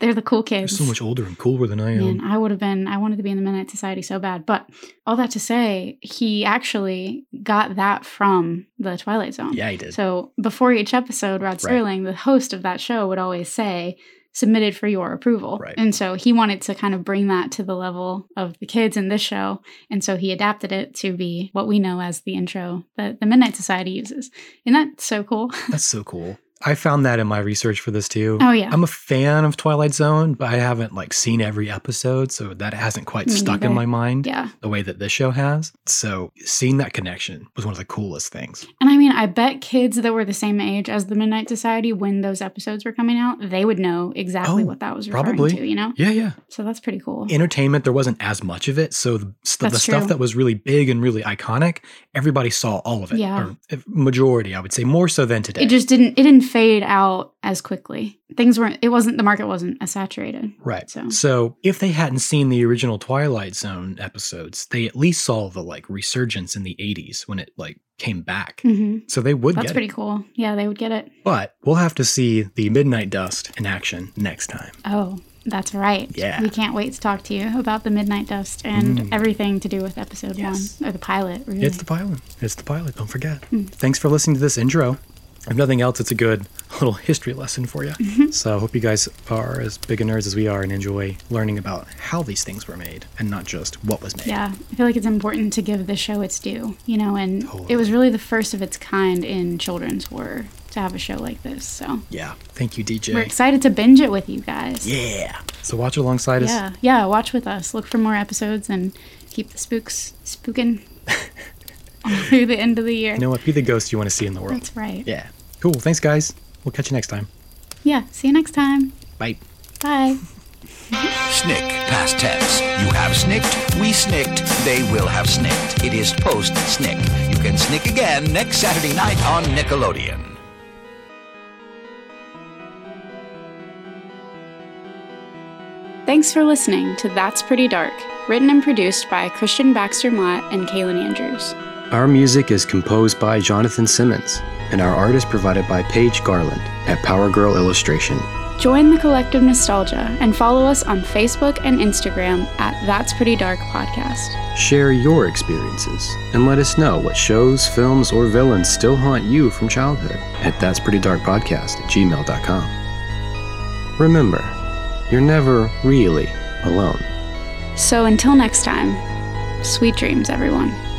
S3: They're the cool
S2: they're
S3: kids.
S2: so much older and cooler than I am.
S3: Man, I would have been, I wanted to be in the Midnight Society so bad. But all that to say, he actually got that from the Twilight Zone.
S2: Yeah, he did.
S3: So before each episode, Rod Sterling, the host of that show, would always say, submitted for your approval.
S2: Right.
S3: And so he wanted to kind of bring that to the level of the kids in this show. And so he adapted it to be what we know as the intro that the Midnight Society uses. Isn't that so cool?
S2: That's so cool. I found that in my research for this too.
S3: Oh, yeah.
S2: I'm a fan of Twilight Zone, but I haven't like seen every episode, so that hasn't quite
S3: Me
S2: stuck in
S3: neither.
S2: my mind
S3: yeah.
S2: the way that this show has. So seeing that connection was one of the coolest things.
S3: And I mean, I bet kids that were the same age as the Midnight Society when those episodes were coming out, they would know exactly
S2: Oh,
S3: what that was referring
S2: probably.
S3: to, you know?
S2: Yeah, yeah.
S3: So that's pretty cool.
S2: Entertainment, there wasn't as much of it, so the, st- the
S3: That's
S2: stuff
S3: true.
S2: that was really big and really iconic, everybody saw all of it.
S3: Yeah.
S2: or if- majority, I would say, more so than today.
S3: It just didn't it didn't fade out as quickly. Things weren't it wasn't the market wasn't as saturated.
S2: Right.
S3: So-
S2: So. if they hadn't seen the original Twilight Zone episodes, they at least saw the like resurgence in the 80s when it like came back.
S3: hmm
S2: So they would
S3: That's
S2: get
S3: pretty
S2: it.
S3: cool. Yeah, they would get it.
S2: But we'll have to see the Midnight Dust in action next time.
S3: Oh, that's right.
S2: Yeah. Mm.
S3: We can't wait to talk to you about the Midnight Dust and everything to do with episode one or the pilot, really.
S2: It's the pilot. It's the pilot. Don't forget.
S3: Hmm.
S2: Thanks for listening to this intro. If nothing else, it's a good little history lesson for you.
S3: Mm-hmm.
S2: So I hope you guys are as big a nerds as we are and enjoy learning about how these things were made and not just what was made.
S3: Yeah, I feel like it's important to give the show its due, you know, and it was really the first of its kind in children's horror to have a show like this. So
S2: Yeah. Thank you, DJ.
S3: we're excited to binge it with you guys. Yeah.
S2: So watch alongside us.
S3: Yeah, yeah, watch with us. Look for more episodes and keep the spooks spooking through the end of the year.
S2: You know what? Be the ghost you want to see in the world.
S3: That's right.
S2: Yeah. Cool. Thanks, guys. We'll catch you next time.
S3: yeah, see you next time.
S2: Bye.
S3: Bye.
S10: Snick, past tense. You have snicked, we snicked, they will have snicked. It is post snick. You can snick again next Saturday night on Nickelodeon.
S3: Thanks for listening to That's Pretty Dark, written and produced by Christian Baxter Mott and Kaylin Andrews.
S4: Our music is composed by Jonathan Simmons, and our art is provided by Paige Garland at Power Girl Illustration.
S3: Join the collective nostalgia and follow us on Facebook and Instagram at That's Pretty Dark Podcast.
S4: Share your experiences and let us know what shows, films, or villains still haunt you from childhood at That's Pretty Dark Podcast at gmail.com. Remember, you're never really alone.
S3: So until next time, sweet dreams, everyone.